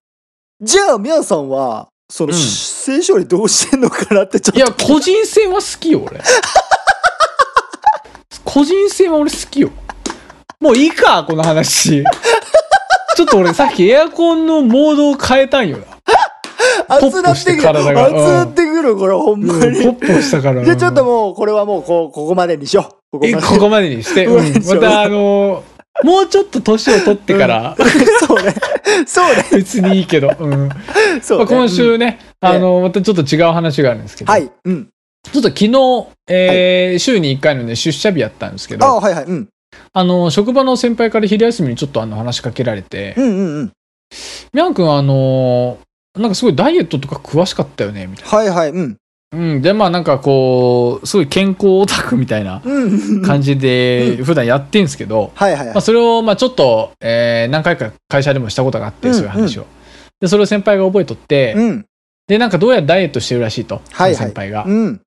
Speaker 2: じゃあ、みやさんは、その、
Speaker 1: うん
Speaker 2: 性処理どうしてんのかなってちょっ
Speaker 1: ん。い
Speaker 2: と。
Speaker 1: や、個人戦は好きよ、俺。個人戦は俺好きよ。もういいか、この話。ちょっと俺さっきエアコンのモードを変えたんよな。
Speaker 2: 熱なってく
Speaker 1: ポップして
Speaker 2: る。熱
Speaker 1: 体が
Speaker 2: なってくる、これ、ほん
Speaker 1: ポ
Speaker 2: まに。
Speaker 1: ップしたから。
Speaker 2: じゃあ、ちょっともう、これはもう、こう、ここまでにしよう。ここまで
Speaker 1: え
Speaker 2: に。
Speaker 1: ここまでにして、うん
Speaker 2: うん
Speaker 1: またあのーもうちょっと年を取って から、
Speaker 2: そうね。そうね。
Speaker 1: 別にいいけど、うんま
Speaker 2: そうね。
Speaker 1: あ、今週ね、
Speaker 2: うん
Speaker 1: あのーまたちょっと違う話があるんですけ
Speaker 2: うん。
Speaker 1: ど、
Speaker 2: はい。うん。
Speaker 1: ちょっと昨日、えー週に1回の、ね、出社日やったんですけ
Speaker 2: あ
Speaker 1: ど
Speaker 2: あ、はいはい。うん。
Speaker 1: あのー職場の先輩から昼休みにちょっとあの話しかけられて
Speaker 2: うんうんうん。
Speaker 1: 「みゃんくんあのーなんかすごいダイエットとか詳しかったよね」みたい
Speaker 2: はいはい。うん。
Speaker 1: な、うん、でまあなんかこうすごい健康オタクみたいな
Speaker 2: うん。
Speaker 1: 感じで普段やってんすけど、
Speaker 2: はいはい
Speaker 1: まあ、。それを、まあ、ちょっと、えー何回か会社でもしたことがあって、
Speaker 2: うん
Speaker 1: そういう話を。で、それを先輩が覚えとって、
Speaker 2: うん。
Speaker 1: で、なんかどうやらダイエットしてるらしいと、
Speaker 2: はいはい
Speaker 1: その先輩が。
Speaker 2: うん。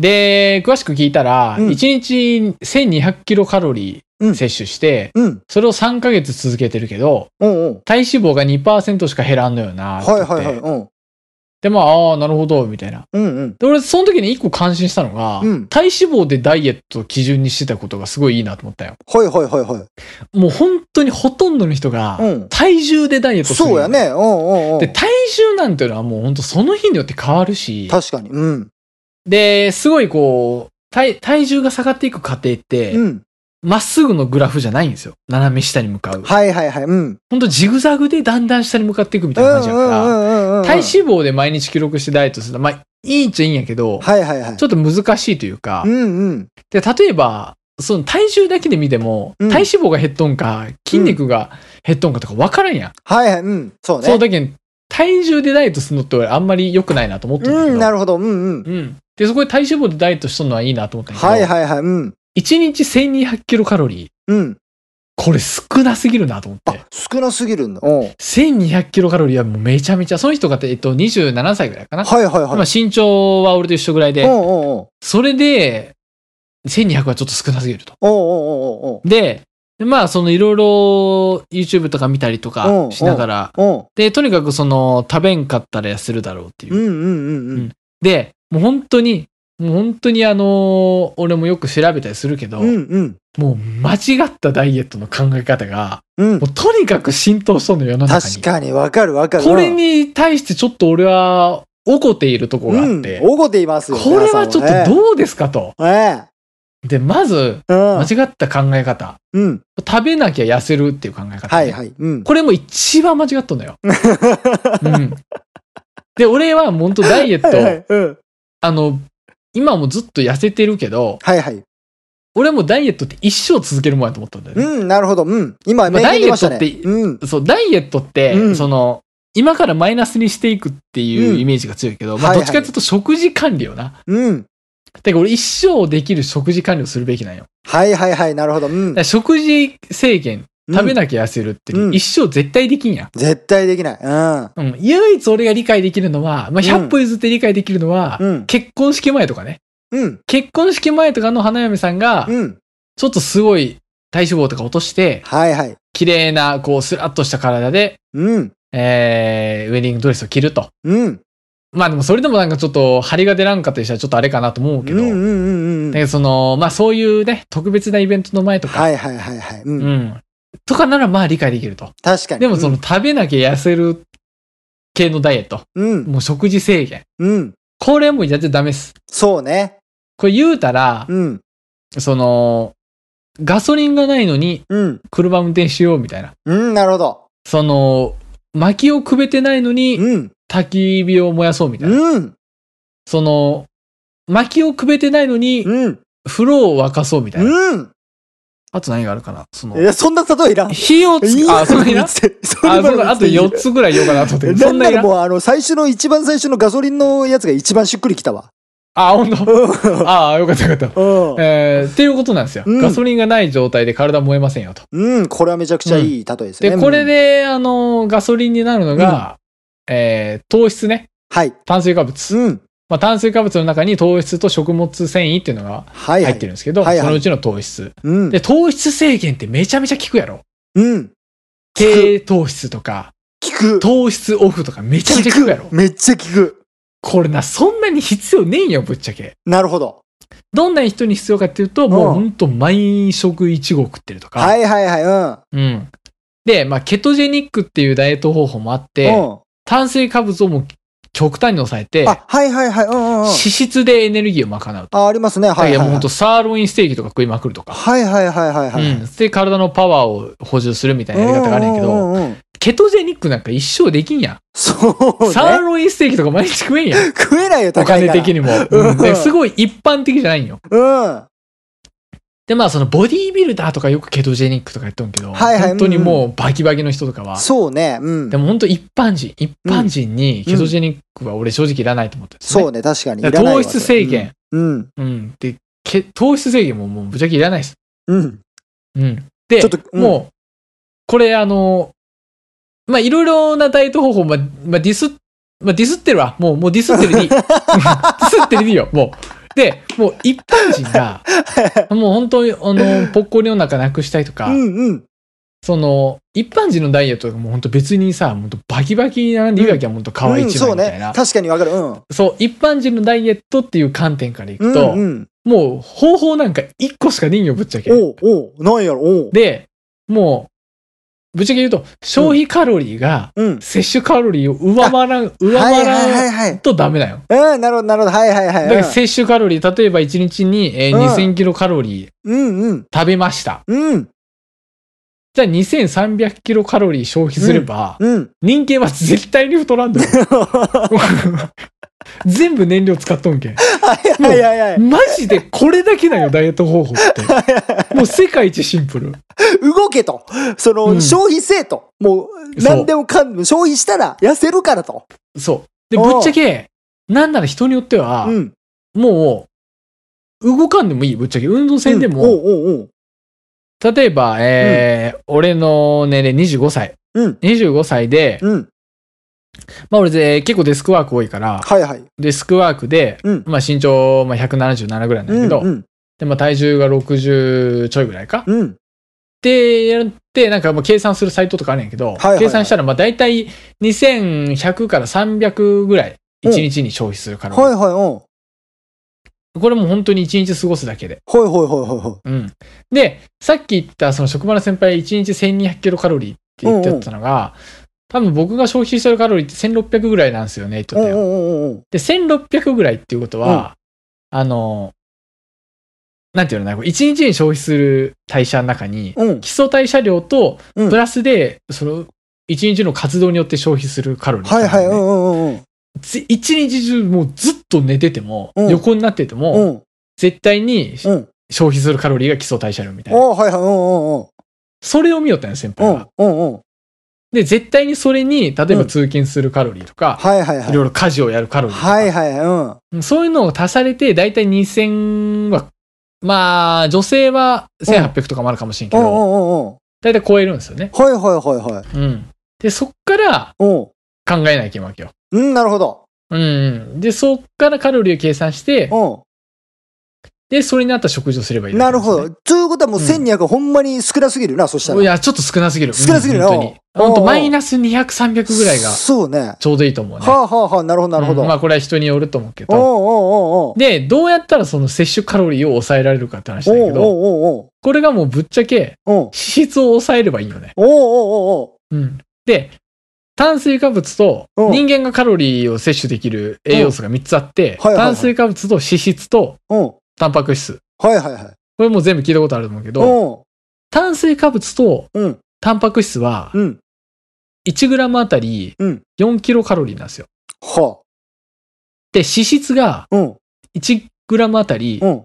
Speaker 1: で、詳しく聞いたら、
Speaker 2: うん
Speaker 1: 1日1200キロカロリ
Speaker 2: うん
Speaker 1: ー摂取して、
Speaker 2: うん。
Speaker 1: それを3ヶ月続けてるけど、
Speaker 2: うんうん。
Speaker 1: 体脂肪が2%しか減らんのよな、って
Speaker 2: は
Speaker 1: 言
Speaker 2: い
Speaker 1: って。
Speaker 2: はいはい。うん。
Speaker 1: で、まあ、ああ、なるほど、みたいな。
Speaker 2: うんうん。
Speaker 1: で、俺、その時に一個感心したのが、
Speaker 2: うん
Speaker 1: 体脂肪でダイエットを基準にしてたことがすごいいいなと思ったよ。
Speaker 2: はいはいはいはい。
Speaker 1: もう本当にほとんどの人が
Speaker 2: うん、
Speaker 1: 体重でダイエットする
Speaker 2: そう
Speaker 1: よ
Speaker 2: やね。うんうんうん。
Speaker 1: で、体重なんていうのはもう本当その日によって変わるし、
Speaker 2: 確かに。うん。
Speaker 1: で、すごいこう、体、体重が下がっていく過程って、
Speaker 2: うん。
Speaker 1: まっすぐのグラフじゃないんですよ。斜め下に向かう。
Speaker 2: はいはいはい。うん。
Speaker 1: 本当ジグザグでだんだん下に向かっていくみたいな感じだから、体脂肪で毎日記録してダイエットするのは、まあ、いいっちゃいいんやけど、
Speaker 2: はいはいはい。
Speaker 1: ちょっと難しいというか
Speaker 2: う、んうん。
Speaker 1: で、例えば、その体重だけで見ても、
Speaker 2: うん
Speaker 1: 体脂肪が減っとんか、筋肉が減っとんかとか分からんやん。
Speaker 2: はいはい。うん。そうね。
Speaker 1: そうだけん、体重でダイエットするのって俺あんまり良くないなと思ってるんだけ
Speaker 2: う
Speaker 1: ど
Speaker 2: ん。なるほど。うんうん。
Speaker 1: うん。で、そこで体脂肪でダイエットしとるのはいいなと思ったんだけど、
Speaker 2: はいはいはい。うん。
Speaker 1: 1日1200キロカロリー。
Speaker 2: うん。
Speaker 1: これ少なすぎるなと思って。
Speaker 2: 少なすぎるんだ。うん。はい
Speaker 1: 1200キロカロリーはもうめちゃめちゃ、その人が、えっと、27歳ぐらいかな。
Speaker 2: はいは
Speaker 1: まあ身長は俺と一緒ぐらい
Speaker 2: い。うんう
Speaker 1: で、
Speaker 2: んうん。うん
Speaker 1: それで、1200はちょっと少なすぎると。
Speaker 2: うんうんうん。
Speaker 1: で、でまあ、そのいろいろ YouTube とか見たりとかしながら、
Speaker 2: うん
Speaker 1: で、とにかくその、食べんかったら痩せるだろうっていう
Speaker 2: うんうんうんうん。
Speaker 1: で、もう本当に、もう本当にあのー俺もよく調べたりするけど、
Speaker 2: うんうん。
Speaker 1: もう間違ったダイエットの考え方が、
Speaker 2: うん
Speaker 1: も。うとにかく浸透しとんのよ、世の中に。
Speaker 2: 確かにわかるわかる。
Speaker 1: これに対してちょっと俺は、怒っているとこがあって、
Speaker 2: おごていますよ。
Speaker 1: これはちょっとどうですかと。
Speaker 2: ええ。
Speaker 1: で、まず、
Speaker 2: うん
Speaker 1: 間違った考え方。
Speaker 2: うん。
Speaker 1: 食べなきゃ痩せるっていう考え方、ね。
Speaker 2: はいはい。うん。
Speaker 1: これも一番間違っとんの よ。うん。で、俺は本当ダイエッ
Speaker 2: はいは
Speaker 1: ト、
Speaker 2: い。うん。
Speaker 1: あの、今もずっと痩せてるけど、
Speaker 2: はいはい。
Speaker 1: 俺はもうダイエットって一生続けるもんやと思ったんだよね。
Speaker 2: うん、なるほど。うん。今、名言出ましたね
Speaker 1: ダイエットって
Speaker 2: うん。
Speaker 1: そう、ダイエットって、
Speaker 2: うん
Speaker 1: その、今からマイナスにしていくっていううんイメージが強いけど、まあ、
Speaker 2: はい
Speaker 1: ど
Speaker 2: は
Speaker 1: っ
Speaker 2: い
Speaker 1: ちかというと食事管理よな。
Speaker 2: うん。
Speaker 1: てか俺一生できる食事管理をするべきなんよ。
Speaker 2: はいはいはい。なるほど。うん
Speaker 1: だか。ら食事制限、食べ
Speaker 2: い。
Speaker 1: なきゃ痩せるって、
Speaker 2: うん
Speaker 1: 一生絶対できんやん。
Speaker 2: 絶対できない。う
Speaker 1: うん、唯一俺が理解できるのは、まあ、100歩譲って理解できるのは、
Speaker 2: ん。うん。
Speaker 1: 結婚式前とかね。
Speaker 2: うん。
Speaker 1: 結婚式前とかの花嫁さんが、
Speaker 2: うん。
Speaker 1: ちょっとすごい体脂肪とか落として、
Speaker 2: はいはい。
Speaker 1: 綺麗な、こう、スラッとした体で、
Speaker 2: うん。
Speaker 1: えー、ウェディングドレスを着ると。
Speaker 2: うん。
Speaker 1: まあでもそれでもなんかちょっと張りが出らんかったりしたらちょっとあれかなと思うけ
Speaker 2: うん。
Speaker 1: ど、
Speaker 2: うん
Speaker 1: だ
Speaker 2: うん。う
Speaker 1: け
Speaker 2: ん。
Speaker 1: どその、まあそういうね、特別なイベントの前とか、
Speaker 2: はいはいはいはい。う。
Speaker 1: うんん。とかならまあ理解できると。
Speaker 2: 確かに。
Speaker 1: でもその
Speaker 2: うん
Speaker 1: 食べなきゃ痩せる系のダイエット、
Speaker 2: うん。
Speaker 1: もう食事制限。
Speaker 2: うん。
Speaker 1: これもやっちゃダメです。
Speaker 2: そうね。
Speaker 1: これ言うたら、
Speaker 2: うん。
Speaker 1: その、ガソリンがないのに
Speaker 2: うん。
Speaker 1: 車運転しようみたいな。
Speaker 2: うん。なるほど。
Speaker 1: その、薪をくべてないのに
Speaker 2: うん。
Speaker 1: 焚き火を燃やそうみたいな。
Speaker 2: うん。
Speaker 1: その、薪をくべてないのに
Speaker 2: うん。
Speaker 1: 風呂を沸かそうみたいな。
Speaker 2: うん。
Speaker 1: あと何があるかなその
Speaker 2: い、や、そんな例えいらん。
Speaker 1: 火をつ
Speaker 2: い
Speaker 1: け、
Speaker 2: や
Speaker 1: あ、そんないらん
Speaker 2: 見つけそれ
Speaker 1: あ、
Speaker 2: ま
Speaker 1: そ
Speaker 2: で
Speaker 1: うあと
Speaker 2: 見つけ
Speaker 1: 4つぐらい言おうかなと思ったけど、
Speaker 2: な
Speaker 1: そん
Speaker 2: ん
Speaker 1: な
Speaker 2: ない
Speaker 1: ら
Speaker 2: ら
Speaker 1: ん
Speaker 2: もうあの最初の一番最初のガソリンのやつが一番しっくりきたわ。
Speaker 1: あ、ほんと。
Speaker 2: う
Speaker 1: ああ、よかったよかった。
Speaker 2: ん
Speaker 1: えー、っていうことなんですよ、
Speaker 2: うん
Speaker 1: ガソリンがない状態で体燃えませんよと。
Speaker 2: うん、これはめちゃくちゃいい例えですね。
Speaker 1: で、これで、あの、ガソリンになるのが、えー糖質ね。
Speaker 2: うん。はい。
Speaker 1: 炭水化物。
Speaker 2: うん。
Speaker 1: まあ、炭水化物の中に糖質と食物繊維っていうのが
Speaker 2: はい、は
Speaker 1: 入
Speaker 2: い。
Speaker 1: ってるんですけど、
Speaker 2: はいはい
Speaker 1: そのうちの糖質。
Speaker 2: うん。
Speaker 1: で、糖質制限ってめちゃめちゃ効くやろ。
Speaker 2: うん。
Speaker 1: 低糖質とか、
Speaker 2: 聞く。
Speaker 1: 糖質オフとかめちゃめちゃ効くやろ。
Speaker 2: めっちゃ聞く。
Speaker 1: これな、そんなに必要ねえんよ、ぶっちゃけ。
Speaker 2: なるほど。
Speaker 1: どんな人に必要かっていうと、もう
Speaker 2: うん
Speaker 1: ほんと毎食イチゴ食ってるとか。
Speaker 2: はいはいはい。うん。
Speaker 1: うん。で、まあ、ケトジェニックっていうダイエット方法もあって、炭水化物をもう極端に抑え
Speaker 2: う
Speaker 1: て
Speaker 2: ん。、あ、はいはいはい。うんうんうん。
Speaker 1: 脂質でエネルギーを賄うと。
Speaker 2: あ、ありますね。はいい
Speaker 1: や、
Speaker 2: は
Speaker 1: もほ
Speaker 2: いうはい
Speaker 1: んと。サーロインステーキとか食いまくるとか。
Speaker 2: はいはいはいはいはい。
Speaker 1: うん。で、体のパワーを補充するみたいなやり方があるんやけ
Speaker 2: う
Speaker 1: ど、
Speaker 2: んうんうん
Speaker 1: ケトジェニックなんか一生できんやん。
Speaker 2: そうね。
Speaker 1: サーロインステーキとか毎日食えんやん。
Speaker 2: 食えないよ、
Speaker 1: お
Speaker 2: 高
Speaker 1: 金
Speaker 2: いから。
Speaker 1: 的
Speaker 2: に。
Speaker 1: にも。
Speaker 2: うん
Speaker 1: うんですごい一般的じゃないんよ。
Speaker 2: うん。は
Speaker 1: で、まあ、そのボディービルダーとかよくケトジェニックとか言っとんけど、
Speaker 2: はいはい
Speaker 1: 本当にもうバキバキの人とかは、
Speaker 2: そうね。うん
Speaker 1: で。も本当一般人、一般人にケトジェニックは俺正直いらないと思ってるんですよね、
Speaker 2: そうね、確かに。い
Speaker 1: だ
Speaker 2: ら
Speaker 1: か
Speaker 2: な
Speaker 1: ら
Speaker 2: いわ
Speaker 1: 糖質制限。。
Speaker 2: うん。
Speaker 1: うん。で、け糖質制限ももうぶっちゃけいらないです。
Speaker 2: うん。
Speaker 1: うん。で、
Speaker 2: ちょっとうん
Speaker 1: もう、これあの、まあ、いろいろなダイエット方法、まあ、まあ、ディス、まあ、ディスってるわ。もう、もうディスって るに。ディスってるによ、もう。で、もう一般人が、もう本当に、あの、ぽっこりの中なくしたいとか、
Speaker 2: うんうん。
Speaker 1: その、一般人のダイエットがもう本当別にさ、もうバキバキに並んでいいわけは本当皮
Speaker 2: うん
Speaker 1: 一枚
Speaker 2: そう
Speaker 1: みたいな、
Speaker 2: ね。確かにわかる。うん。
Speaker 1: そう、一般人のダイエットっていう観点からいくと、
Speaker 2: うんうん。
Speaker 1: もう方法なんか一個しかねえんよ、ぶっちゃけ。
Speaker 2: おうおうなんやろおう。
Speaker 1: で、もう、ぶっちゃけ言うと、消費カロリーが
Speaker 2: うん。
Speaker 1: 摂取カロリーを上回らん、上
Speaker 2: はい
Speaker 1: 回
Speaker 2: はいは
Speaker 1: ら
Speaker 2: い
Speaker 1: ん
Speaker 2: はい。
Speaker 1: とダメだよ。
Speaker 2: うん、なるほどなるほど。はいはいはい。
Speaker 1: だから摂取カロリー、例えば1日に、えー
Speaker 2: うん
Speaker 1: 2000キロカロリー
Speaker 2: うんうん。
Speaker 1: 食べました。
Speaker 2: うん
Speaker 1: じゃあ2300キロカロリー消費すれば、
Speaker 2: うん。
Speaker 1: 人間は絶対に太らんだよ。全部燃料使っとんけん。
Speaker 2: はいはいはいはい。
Speaker 1: マジでこれだけだよ、ダイエット方法って。もう世界一シンプル。
Speaker 2: 動けと。その、
Speaker 1: うん
Speaker 2: 消費せえと。もう、
Speaker 1: そう
Speaker 2: 何でもかんでも消費したら痩せるからと。
Speaker 1: そう。で、
Speaker 2: おう
Speaker 1: ぶっちゃけ、なんなら人によっては、
Speaker 2: うん。
Speaker 1: もう、動かんでもいい、ぶっちゃけ。運動せんで
Speaker 2: うんお
Speaker 1: も、
Speaker 2: うおうおう。
Speaker 1: 例えば、えー俺の年齢25歳。
Speaker 2: うん。
Speaker 1: 25歳で、
Speaker 2: うん。
Speaker 1: まあ俺で結構デスクワーク多いから、
Speaker 2: はいはい。
Speaker 1: デスクワークで、
Speaker 2: うん。
Speaker 1: まあ身長、まあ、177ぐらいなんだ
Speaker 2: う
Speaker 1: け
Speaker 2: ん
Speaker 1: ど、
Speaker 2: うん。
Speaker 1: で、まあ体重が60ちょいぐらいか。
Speaker 2: うん。
Speaker 1: で、やって、なんかもう計算するサイトとかあるんやけど、
Speaker 2: いはいはい
Speaker 1: 計算したら、まあ大体2100から300ぐらい、
Speaker 2: うん
Speaker 1: 1日に消費するから、
Speaker 2: はいはい。うん。
Speaker 1: これもう本当に1日過ごすだけで。
Speaker 2: はいはいはいはいはい。
Speaker 1: うん。で、さっき言った、その職場の先輩、1日1200キロカロリーって言ってやったのが、多分僕が消費してるカロリーって1600ぐらいなんですよね、って言
Speaker 2: う
Speaker 1: っ
Speaker 2: ん
Speaker 1: た
Speaker 2: う
Speaker 1: よ。
Speaker 2: んうんうん。
Speaker 1: で、1600ぐらいっていうことは、あの、なんていうのかな、1日に消費する代謝の中に、
Speaker 2: うん
Speaker 1: 基。礎代謝量と、
Speaker 2: うん
Speaker 1: プラスで、その、一日の活動によって消費するカロリー
Speaker 2: はいはい。うん
Speaker 1: い。
Speaker 2: うんうん
Speaker 1: つ一日中、もうずっと寝てても、
Speaker 2: うん
Speaker 1: 横になってて
Speaker 2: う
Speaker 1: も、
Speaker 2: ん。うん。
Speaker 1: 絶対に
Speaker 2: うん。
Speaker 1: 消費するカロリーが基礎代謝量みたいな。
Speaker 2: おーはいはい。う
Speaker 1: それを見よったんよ、先
Speaker 2: んう
Speaker 1: 輩
Speaker 2: んうん
Speaker 1: が。。
Speaker 2: うんうんうん。
Speaker 1: で、絶対にそれに、例え
Speaker 2: う
Speaker 1: ば
Speaker 2: ん
Speaker 1: 通勤するカロリーとか、
Speaker 2: はいはいはいい。
Speaker 1: ろいろ家事をやるカロリーとか、
Speaker 2: はいはいは
Speaker 1: そういうのを足されて、だいたい2000は、まあ、女性は1800とかもあるかもしれん
Speaker 2: い。う
Speaker 1: け
Speaker 2: ん。う
Speaker 1: ど、
Speaker 2: んうんうん。
Speaker 1: だいたい超えるんですよね。
Speaker 2: はいはいはいはい。
Speaker 1: うん。で、そっから
Speaker 2: うん。
Speaker 1: 考えなきゃいけないわけよ。
Speaker 2: うん、なるほど。
Speaker 1: うんうん。で、そっからカロリーを計算して、
Speaker 2: う
Speaker 1: で、それに合った食事をすればいい
Speaker 2: ん。
Speaker 1: だ
Speaker 2: な
Speaker 1: け
Speaker 2: る
Speaker 1: んですね、
Speaker 2: ほど。ということはもう1200ほんまに少なすぎるな、そしたら。
Speaker 1: いや、ちょっと少なすぎる。
Speaker 2: 少なすぎるな
Speaker 1: うん本当に。
Speaker 2: おう
Speaker 1: 本
Speaker 2: おうお
Speaker 1: 当
Speaker 2: う
Speaker 1: マイナス200、300ぐらいが
Speaker 2: そうね。
Speaker 1: ちょうどいいと思うね。
Speaker 2: はあはあはあ、なるほどなるほど。
Speaker 1: うんまあ、これは人によると思うけ
Speaker 2: お
Speaker 1: ど。
Speaker 2: うおうおうおう。
Speaker 1: で、どうやったらその摂取カロリーを抑えられるかって話だ
Speaker 2: お
Speaker 1: け
Speaker 2: う
Speaker 1: ど、
Speaker 2: おうおう
Speaker 1: これがもうぶっちゃけ
Speaker 2: おう。うん。
Speaker 1: 脂質を抑えればいいよね。
Speaker 2: おうおうおうおう。
Speaker 1: うん。で、炭水化物と
Speaker 2: うん
Speaker 1: 人間がカロリーを摂取できる栄養素が3つあって、
Speaker 2: うんはいはいはい
Speaker 1: 炭水化物と脂質と
Speaker 2: うん。
Speaker 1: タンパク質。
Speaker 2: はいはいはい。
Speaker 1: これもう全部聞いたことあると思うけど、
Speaker 2: う
Speaker 1: 炭水化物と
Speaker 2: ん。うん。
Speaker 1: タンパク質は
Speaker 2: うん。
Speaker 1: 1g あたり
Speaker 2: うん。
Speaker 1: 4キロカロリーなんですよ。
Speaker 2: は
Speaker 1: で、脂質が
Speaker 2: あ。うん。
Speaker 1: 1g あたり
Speaker 2: うん。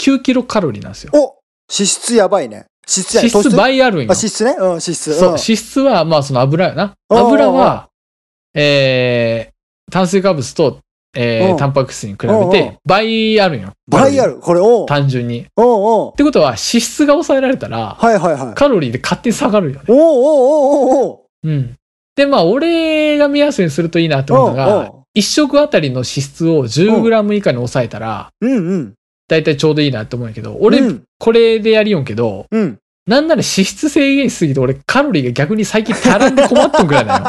Speaker 1: 9キロカロリーなんですよ。
Speaker 2: お脂質やばいね。脂質や
Speaker 1: 脂質
Speaker 2: あ、
Speaker 1: 倍あるんよ。
Speaker 2: 脂質ね。うん、脂質。
Speaker 1: そう、
Speaker 2: ん
Speaker 1: 脂質は、まあその油よな。
Speaker 2: うん
Speaker 1: 油は、えー、炭水化物と、え
Speaker 2: うん
Speaker 1: ー、タンパク質に比べ
Speaker 2: うんうん
Speaker 1: て倍あるんよ。
Speaker 2: 倍あ
Speaker 1: る。
Speaker 2: る。これ、おう。
Speaker 1: 単純に。っ
Speaker 2: おうおう。
Speaker 1: てことは、脂質が抑えられたら、
Speaker 2: はいはいはい。
Speaker 1: カロリーで勝手に下がるよね。
Speaker 2: おうおうおうおうおう。
Speaker 1: うん。で、まあ、俺が目安にするといいなと思うの
Speaker 2: おう
Speaker 1: が
Speaker 2: おう、
Speaker 1: 一食あたりの脂質を 10g 以下に抑えたら、
Speaker 2: うんうん。
Speaker 1: だいたいちょうどいいなって思うんやけど、俺、
Speaker 2: うん。
Speaker 1: これでやりよんけど、
Speaker 2: うん。
Speaker 1: なんなら脂質制限しすぎて、俺カロリーが逆に最近足らんで困っとんくらい だよ。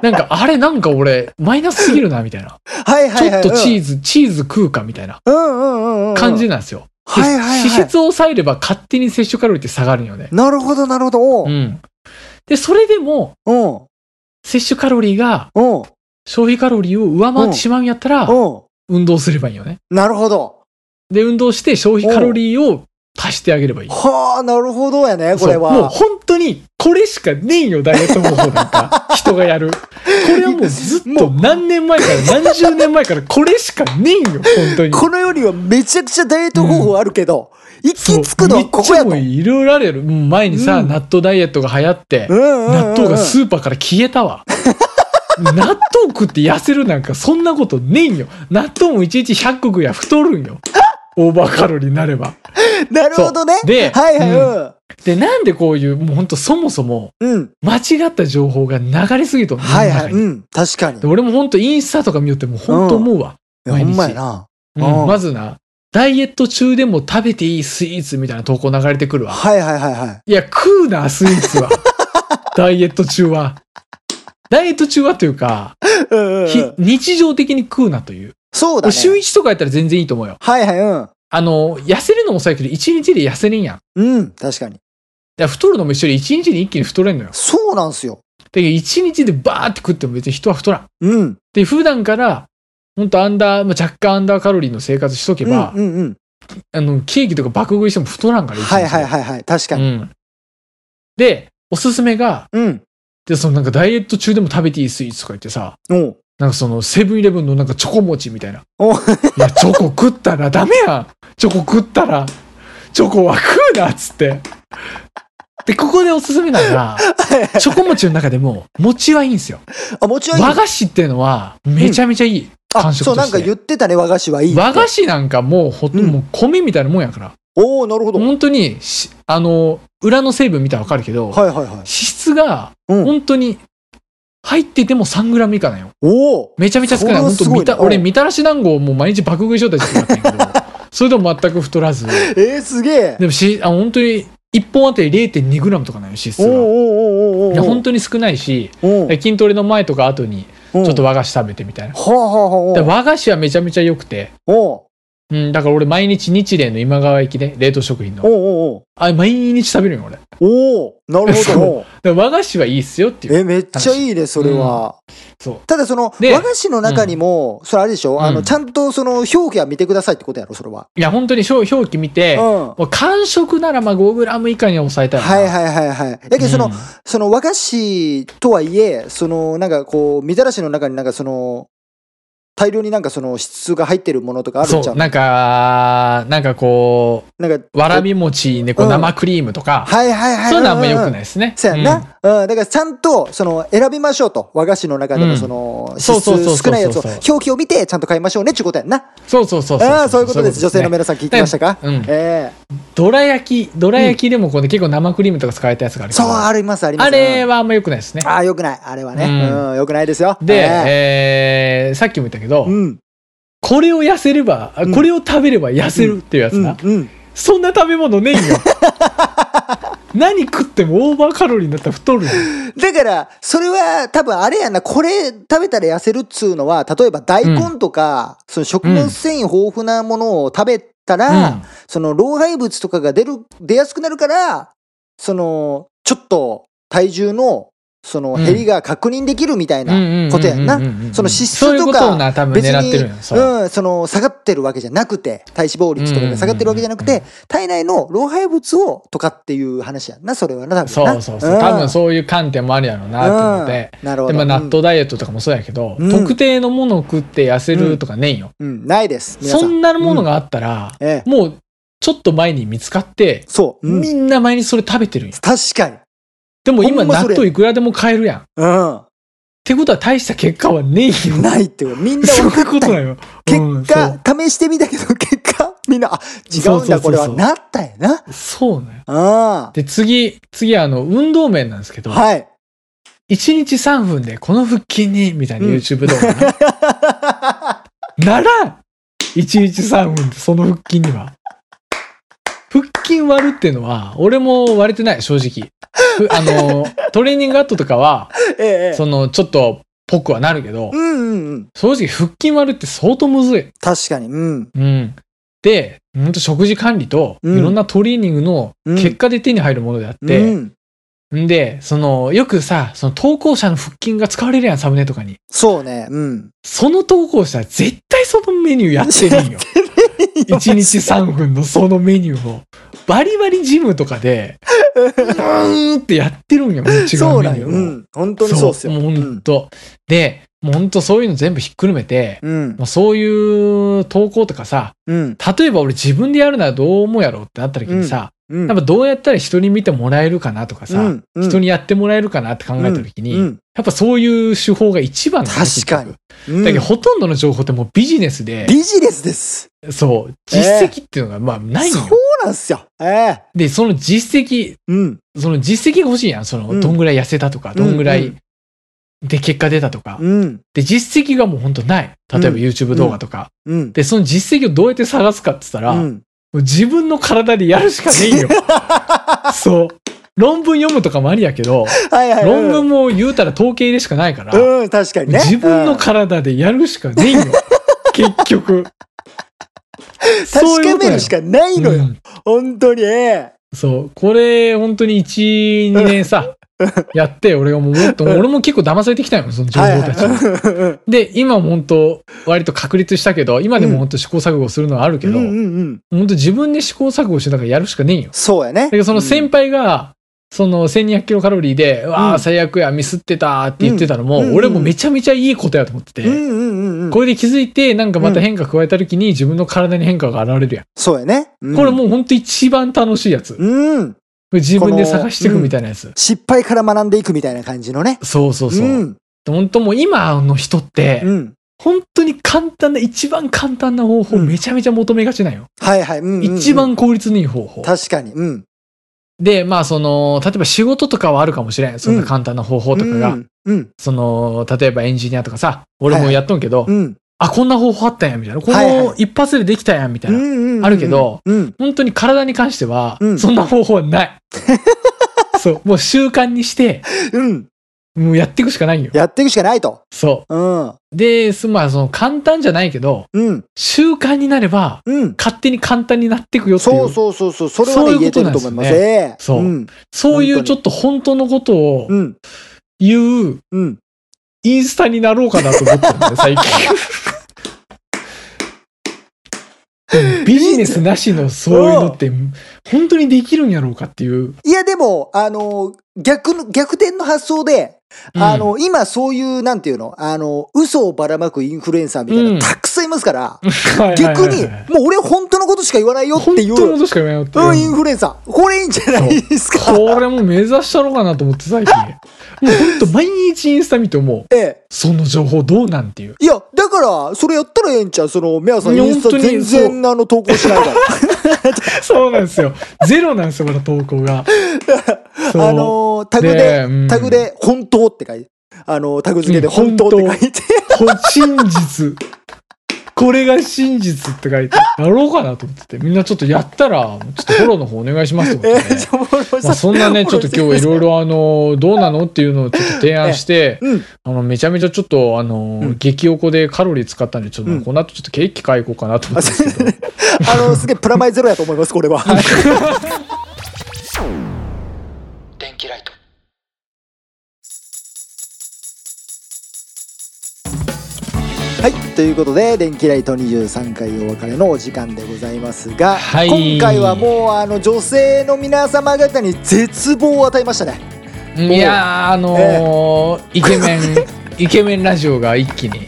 Speaker 1: なんか、あれなんか俺、マイナスすぎるな、みたいな。
Speaker 2: はいは
Speaker 1: ち
Speaker 2: い
Speaker 1: ょ
Speaker 2: は
Speaker 1: っ
Speaker 2: い。
Speaker 1: とチーズ、チーズ食うか、みたいな
Speaker 2: うんうんうんうんうん。
Speaker 1: 感じなんですよ。で
Speaker 2: はいはい
Speaker 1: 脂
Speaker 2: は
Speaker 1: 質を抑えれば勝手に摂取カロリーって下がるんよね
Speaker 2: い。。なるほどなるほど。おう
Speaker 1: う。ん。で、それでも、
Speaker 2: うん。
Speaker 1: 摂取カロリーが
Speaker 2: うん。
Speaker 1: 消費カロリーを上回ってしまうんやったら、
Speaker 2: うん。
Speaker 1: 運動すればいいよね。
Speaker 2: なるほど。
Speaker 1: で、運動して消費カロリーを足してあげればいい。
Speaker 2: はあ、なるほどやね、これ
Speaker 1: そうもう
Speaker 2: は。
Speaker 1: 本当に、これしかねえよ、ダイエット方法なんか。 人がやる。これはもうずっと何年前から、何十年前から、これしかねえよ、本当に。
Speaker 2: この世にはめちゃくちゃダイエット方法あるけど、行
Speaker 1: そう
Speaker 2: き着くのはここ
Speaker 1: めっち
Speaker 2: やと。
Speaker 1: ゃもう
Speaker 2: うん
Speaker 1: いろいろあるやろ。うん前にさ、
Speaker 2: うん
Speaker 1: 納豆ダイエットが流行って、
Speaker 2: うんうん
Speaker 1: 納豆がスーパーから消えた わ。納豆食って痩せるなんかそんなことねえんよ。納豆も1日100個食や太るんよ。オーバーカロリーになれば。
Speaker 2: なるほどね
Speaker 1: そ。うで
Speaker 2: はいはい、
Speaker 1: で、なんでこういう、もうほんとそもそも
Speaker 2: うん。うん。
Speaker 1: 間違った情報が流れすぎると思う。
Speaker 2: はい
Speaker 1: 世の
Speaker 2: は
Speaker 1: 中
Speaker 2: い。
Speaker 1: に
Speaker 2: うん。確かに。
Speaker 1: で俺もほんとインスタとか見よってもほんと思うわ。
Speaker 2: いや
Speaker 1: 毎
Speaker 2: ほ
Speaker 1: 日
Speaker 2: んまやな。
Speaker 1: うん
Speaker 2: うん
Speaker 1: まずな、ダイエット中でも食べていいスイーツみたいな投稿流れてくるわ。
Speaker 2: はいはいはいはい。
Speaker 1: いや、食うな、スイーツ は。ダイエット中は。ダイエット中はというか、
Speaker 2: うんうんうん
Speaker 1: ひ日常的に食うなという。
Speaker 2: そうだ
Speaker 1: 俺
Speaker 2: ね。
Speaker 1: 週1とかやったら全然いいと思うよ。
Speaker 2: はいはい、うん。
Speaker 1: あの、痩せるのもそうやけど、1日で痩せれんやん。い
Speaker 2: うん、確かに。
Speaker 1: や太るのも一緒で1日で一気に太れんのよ。
Speaker 2: そうなんすよ。
Speaker 1: で、1日でバーって食っても別に人は太らん。
Speaker 2: うん。
Speaker 1: で、普段から、ほんとアンダー、まあ、若干アンダーカロリーの生活しとけ
Speaker 2: うんう
Speaker 1: ば、
Speaker 2: んうん。
Speaker 1: あの、ケーキとか爆食いしても太らんから、
Speaker 2: はいはい
Speaker 1: い。
Speaker 2: はいはい。確か
Speaker 1: う
Speaker 2: に。
Speaker 1: ん。で、おすすめが、
Speaker 2: うん。
Speaker 1: で、そのなんかダイエット中でも食べていいスイーツとか言ってさ、
Speaker 2: おう
Speaker 1: なんかそのセブンイレブンのなんかチョコ餅 みたいな。
Speaker 2: おう
Speaker 1: いや、チョコ食ったらダメやん。チョコ食ったら、チョコは食うなっつって。で、ここでおすすめなのが、チョコ餅の中でも、餅はいいんですよ。
Speaker 2: あ、もちろんいい
Speaker 1: 和菓子っていうのは、めちゃめちゃいい。
Speaker 2: あ、
Speaker 1: 感触
Speaker 2: そう、
Speaker 1: と
Speaker 2: な
Speaker 1: し
Speaker 2: ん
Speaker 1: て
Speaker 2: か言ってたね、和菓子はいいって。
Speaker 1: 和菓子なんかもう、ほんと、
Speaker 2: うん
Speaker 1: もう米みたいなもんやから。
Speaker 2: おおなるほど。はい
Speaker 1: 本当にし、あの、裏の成分見たらわかるけど、
Speaker 2: はいはい
Speaker 1: 脂。質が、
Speaker 2: うん。
Speaker 1: 本当に、入ってても 3g 以下なんよ。
Speaker 2: おお
Speaker 1: めちゃめちゃ少ない。
Speaker 2: それは
Speaker 1: 本
Speaker 2: す
Speaker 1: 当
Speaker 2: ごい
Speaker 1: みた
Speaker 2: なうん
Speaker 1: 俺、みたらし団子をもう毎日爆食い状態してったん やけど、それでも全く太らず。で
Speaker 2: えー、すげえ。
Speaker 1: もし、あ本当に、1本あたり 0.2g とかなんよ、脂質
Speaker 2: おうおう
Speaker 1: が。
Speaker 2: おうおうおう
Speaker 1: いや本当に少ないし、
Speaker 2: おう
Speaker 1: 筋トレの前とか後に、
Speaker 2: おう
Speaker 1: ちょっと和菓子食べてみたいな。
Speaker 2: はあはあは
Speaker 1: で
Speaker 2: あ
Speaker 1: 和菓子はめちゃめちゃ良くて、
Speaker 2: おう
Speaker 1: うん、だから俺毎日日蓮の今川駅で、冷凍食品
Speaker 2: おう
Speaker 1: の。
Speaker 2: おう
Speaker 1: あ、毎日食べるよ、俺。だか
Speaker 2: おうおうなるほ
Speaker 1: そう
Speaker 2: どおう
Speaker 1: ら和菓子はいいっすよっていう。
Speaker 2: えめっちゃいいねそれは
Speaker 1: そう
Speaker 2: ただその、
Speaker 1: で
Speaker 2: 和菓子の中にも、それあれでしょ、あ
Speaker 1: う
Speaker 2: の、
Speaker 1: ん
Speaker 2: ちゃんとその、表記は見てくださいってことやろ、それは。
Speaker 1: いや、本当に表表記見て、
Speaker 2: うん。
Speaker 1: もう完食ならまあ 5g 以下に抑えたいな。
Speaker 2: はいはいはいはい。だけどその、
Speaker 1: うん
Speaker 2: その和菓子とはいえ、そのなんかこう、みたらしの中になんかその、大量になんかその質が入ってるものとかあるんじ
Speaker 1: そ
Speaker 2: ゃ
Speaker 1: う、
Speaker 2: ん。
Speaker 1: なんか、なんかこ
Speaker 2: なんか、
Speaker 1: う、わらび餅にこ
Speaker 2: う
Speaker 1: うん生クリームとか、
Speaker 2: はいはいはい。
Speaker 1: そういうのはあんま良くない
Speaker 2: い。
Speaker 1: ですね。
Speaker 2: そうやん
Speaker 1: うん
Speaker 2: な、うんだからちゃんとその選びましょうと和菓子の中で
Speaker 1: う
Speaker 2: も
Speaker 1: ん
Speaker 2: その
Speaker 1: そう
Speaker 2: 質
Speaker 1: そうそうそう
Speaker 2: 少ないやつを
Speaker 1: そうそう
Speaker 2: 表記を見てちゃんと買いましょうねってことやんな
Speaker 1: そうそうそうそう。
Speaker 2: ああそういうことです女性の皆さん聞いてましたか、
Speaker 1: うん
Speaker 2: え
Speaker 1: どら焼き、どら焼きでもこう、ね、結構生クリームとか使えたやつがあ
Speaker 2: え
Speaker 1: るけ
Speaker 2: そう
Speaker 1: ど、
Speaker 2: ありますあります
Speaker 1: あれはあんま良くないですね。
Speaker 2: ああよくないあれはね、う
Speaker 1: うん
Speaker 2: んよくないですよ
Speaker 1: で、
Speaker 2: え
Speaker 1: えーさっきも言ったけど、
Speaker 2: えうん
Speaker 1: これを痩せれば、あ
Speaker 2: うん
Speaker 1: これを食べれば痩せるっていうやつ
Speaker 2: うん
Speaker 1: な。
Speaker 2: うん
Speaker 1: そんな食べ物ねえ よ。何食ってもオーバーカロリーになったら太るよ。
Speaker 2: だからそれは多分あれやなこれ食べたら痩せるっつうのは例えば大根とか、その食物繊維豊富なものを食べたら、
Speaker 1: うん
Speaker 2: その老廃物とかが出る出やすくなるからそのちょっと体重のその
Speaker 1: うん
Speaker 2: 減りが確認できるみたいなことやんな
Speaker 1: うんうんうんうんうんうん
Speaker 2: その脂質
Speaker 1: そういう
Speaker 2: と
Speaker 1: ことを
Speaker 2: か
Speaker 1: な多分
Speaker 2: 別
Speaker 1: 狙って
Speaker 2: に
Speaker 1: るのよそう
Speaker 2: うん、その下がってるわけじゃなくて体脂肪率とかが下がってるわけじゃなく
Speaker 1: うんうん
Speaker 2: て体内の老廃物をとかっていう話やんなそれはな多分
Speaker 1: そ
Speaker 2: な
Speaker 1: うそうそう、多分そういう観点もあるやろうなと思って、
Speaker 2: うんなるほ
Speaker 1: で
Speaker 2: ど。
Speaker 1: まあ納豆ダイエットとかもそうやけど、
Speaker 2: うん
Speaker 1: 特定のものを食って痩せるとかねえよ、
Speaker 2: うん、うんないです。皆さ
Speaker 1: そ
Speaker 2: ん。
Speaker 1: んなものがあったら、
Speaker 2: ええ、
Speaker 1: もうちょっと前に見つかって、
Speaker 2: そう、うん
Speaker 1: みんな前にそれ食べてるんよ
Speaker 2: 確かに。
Speaker 1: でも
Speaker 2: ほ
Speaker 1: 今
Speaker 2: んま
Speaker 1: 納
Speaker 2: それ
Speaker 1: 豆いくらでも買えるやんっ
Speaker 2: う
Speaker 1: てことは大した結果はねえよ
Speaker 2: ん。ないってこと。みんな
Speaker 1: そう
Speaker 2: 分
Speaker 1: いう
Speaker 2: か
Speaker 1: こ
Speaker 2: った
Speaker 1: とだ
Speaker 2: よ。
Speaker 1: よ
Speaker 2: 結
Speaker 1: うん
Speaker 2: 果、試してみたけど、結果、 みんな、あ、違
Speaker 1: そうそううんそう
Speaker 2: だ、
Speaker 1: そ
Speaker 2: こ
Speaker 1: う
Speaker 2: れは。なったよな。
Speaker 1: そうそうね
Speaker 2: あ
Speaker 1: で次次あの運動面なんですけ
Speaker 2: あ。
Speaker 1: ど、
Speaker 2: はい。
Speaker 1: 1日3分でこの腹筋にみたいな
Speaker 2: うん
Speaker 1: YouTube 動画な、な らん !1 日3分でその腹筋には。腹筋割るっていうのは、俺も割れてない、正直。ふあ の、トレーニング後とかは、
Speaker 2: ええ。
Speaker 1: その、ちょっと、ぽくはなるけど
Speaker 2: う、んうんうん。
Speaker 1: 正直腹筋割るって相当むずい。
Speaker 2: 確かに。うん。
Speaker 1: うん。で、ほんと食事管理と、い
Speaker 2: うん
Speaker 1: ろんなトレーニングの結果で手に入るものであって、
Speaker 2: うん。
Speaker 1: んで、その、よくさ、その投稿者の腹筋が使われるやん、サムネとかに。
Speaker 2: そうね。うん。
Speaker 1: その投稿者、絶対そのメニューやってねえよ。1日3分のそのメニューを。バリバリジムとかで、うーんってやってるんよ、 違
Speaker 2: そうう
Speaker 1: メ
Speaker 2: なん
Speaker 1: ニュー
Speaker 2: よ。
Speaker 1: を。
Speaker 2: うん。本当にそうっすよ。
Speaker 1: もうほん
Speaker 2: ん。
Speaker 1: と。で、もうほんとそういうの全部ひっくるめて、
Speaker 2: うん
Speaker 1: ま。あ、そういう投稿とかさ、
Speaker 2: うん。
Speaker 1: 例えば俺自分でやるならどう思うやろうってなった時にさ、
Speaker 2: うん。
Speaker 1: やっぱどうやったら人に見てもらえるかなとかさ、
Speaker 2: うんうん
Speaker 1: 人にやってもらえるかなって考えた時に、
Speaker 2: うん。
Speaker 1: やっぱそういう手法が一番なんだよ
Speaker 2: 確かに。
Speaker 1: 結局だけど
Speaker 2: うん
Speaker 1: ほとんどの情報ってもうビジネスで、
Speaker 2: ビジネスです。
Speaker 1: そう、実績っていうのが、まあ、ないの
Speaker 2: そう
Speaker 1: よ。
Speaker 2: なんすよ。ええ。
Speaker 1: で、その実績、
Speaker 2: うん。
Speaker 1: その実績が欲しいやん。その、
Speaker 2: うん
Speaker 1: どんぐらい痩せたとか、どんぐら
Speaker 2: う
Speaker 1: い、で、結果出たとか。
Speaker 2: うん。
Speaker 1: で、実績がもうほんとない。例えば
Speaker 2: うん
Speaker 1: YouTube 動画とか。
Speaker 2: うん。
Speaker 1: で、その実績をどうやって探すかって言ったら、
Speaker 2: う
Speaker 1: も
Speaker 2: ん
Speaker 1: う自分の体でやるしかね えよ。そう。論文読むとかもありやけど、
Speaker 2: はいはい、
Speaker 1: 論文も言うたら統計でしかないから、
Speaker 2: うん、うん、確かにね。
Speaker 1: 自分の体でやるしかねえよ。結局。
Speaker 2: うん確かめるし
Speaker 1: か
Speaker 2: かないのよ。本当に。え
Speaker 1: そう。これ、本当に1、2年さ、やって、俺がもうもっと、俺も結構騙されてきたよ、その
Speaker 2: え
Speaker 1: 情報たちに。
Speaker 2: はいはい
Speaker 1: で、今も本当、割と確立したけど、今でも本当試行錯誤するのはあるけ
Speaker 2: うん
Speaker 1: ど、
Speaker 2: うんうん。
Speaker 1: 本当自分で試行錯誤してなんからやるしかねえよ。
Speaker 2: そうやね。だ
Speaker 1: だけど、その先輩が、その1200キロカロリーで、うわ
Speaker 2: う
Speaker 1: あ、
Speaker 2: ん
Speaker 1: 最悪や、ミスってたって言ってたのも、
Speaker 2: うんうんうん
Speaker 1: 俺もめちゃめちゃいいことやと思ってて、
Speaker 2: うんうんうんうん。
Speaker 1: これで気づいて、なんかまた変化加えた時に自分の体に変化が現れるやん。
Speaker 2: そうやね。うん
Speaker 1: これもう本当一番楽しいやつ。
Speaker 2: うん。
Speaker 1: 自分で探していくみたいなやつ。
Speaker 2: 失敗から学んでいくみたいな感じのね。
Speaker 1: そうそうそう。
Speaker 2: ん。
Speaker 1: 本当もう今の人って、
Speaker 2: うん。
Speaker 1: 本当に簡単な、一番簡単な方法
Speaker 2: うん
Speaker 1: めちゃめちゃ求めがちなんよ。
Speaker 2: はいはい。うんうんうん
Speaker 1: 一。番効率のいい方法。
Speaker 2: 確かに。うん。
Speaker 1: で、まあその、例えば仕事とかはあるかもしれん。そんな簡単な方法とかが。
Speaker 2: うん。うん。
Speaker 1: その、例えばエンジニアとかさ、俺もやっとんけど、
Speaker 2: うん。
Speaker 1: あ、こんな方法あったんや、みたいな。こ
Speaker 2: はい
Speaker 1: の
Speaker 2: は
Speaker 1: 一発でできたんや、みたいな。
Speaker 2: うんうん
Speaker 1: あるけど。
Speaker 2: うん。
Speaker 1: 本当に体に関しては、
Speaker 2: うん
Speaker 1: そんな方法はない。 そう、もう習慣にして、
Speaker 2: うん。
Speaker 1: もうやっていくしかないんよ。
Speaker 2: やっていくしかないと。
Speaker 1: そう。
Speaker 2: うん。
Speaker 1: で、すまあ、その、簡単じゃないけど、
Speaker 2: うん。
Speaker 1: 習慣になれば、
Speaker 2: うん。
Speaker 1: 勝手に簡単になっていくよっていう。
Speaker 2: そうそうそうそう。それは
Speaker 1: そうい
Speaker 2: ね、
Speaker 1: うこ
Speaker 2: 言え
Speaker 1: と
Speaker 2: て
Speaker 1: なん
Speaker 2: ると
Speaker 1: です
Speaker 2: 思
Speaker 1: よ
Speaker 2: い
Speaker 1: ね
Speaker 2: ます。ええ
Speaker 1: そう
Speaker 2: うん。
Speaker 1: そういう
Speaker 2: 本
Speaker 1: ち
Speaker 2: 当
Speaker 1: ょっと本当のことを
Speaker 2: うん。
Speaker 1: 言う
Speaker 2: うん。
Speaker 1: インスタになろうかなと思ってるんだよ、最近。ビジネスなしのそういうのって、本当にできるんやろうかっていう。
Speaker 2: いや、でも、あの、逆の、逆転の発想で、
Speaker 1: うん
Speaker 2: あの、今そういう、なんていうの、あの、嘘をばらまくインフルエンサーみたいな
Speaker 1: うん
Speaker 2: のたくさんいますから、
Speaker 1: はいはいはい
Speaker 2: 逆
Speaker 1: はい
Speaker 2: に、もう俺本当のことしか言わないよって
Speaker 1: 本当
Speaker 2: い
Speaker 1: のこ
Speaker 2: う、
Speaker 1: としか言わないよって。
Speaker 2: うん、インフルエンサー。これいいんじゃないですか。
Speaker 1: これも目指したろうかなと思って最 近。もうほんと毎日インスタ見て思う。
Speaker 2: ええ。
Speaker 1: その情報どうなんっていう。
Speaker 2: いや、だから、それやったらええんちゃうその、メアさん、
Speaker 1: いや
Speaker 2: インスタ
Speaker 1: 本当
Speaker 2: 全
Speaker 1: に
Speaker 2: 然、あの、投稿しないから。
Speaker 1: そうなんですよ。ゼロなんですよ、まだ投稿 が。そう
Speaker 2: あのータグで
Speaker 1: でうん
Speaker 2: タグで、本当って書いて、あのータグ付けで
Speaker 1: うん
Speaker 2: 本当って書いて、
Speaker 1: ほ真実。これが真実って書いて、やろうかなと思ってて、みんなちょっとやったら、ちょっとフォローの方お願いしますって
Speaker 2: え
Speaker 1: ことで、
Speaker 2: ーじゃあもう
Speaker 1: まあ、そんな ね、ちょっと今日いろい
Speaker 2: ろ。
Speaker 1: ろあの、どうなのっていうのをちょっと提案して、
Speaker 2: うん。
Speaker 1: あの、めちゃめちゃちょっとあの、
Speaker 2: うん
Speaker 1: 激おこでカロリー使ったんで、ちょっと、
Speaker 2: うん
Speaker 1: この後ちょっとケーキ買い行こうかなと思ってますけど。
Speaker 2: あのーすげえプラマイゼロやと思います、これは。電気ライト。はい、ということで「電気ライト23回お別れ」のお時間でございますが、
Speaker 1: はい
Speaker 2: 今回はもうあの女性の皆様方に絶望を与えましたね。
Speaker 1: いやー、あのーイケ メン、イケメンラジオが一気に、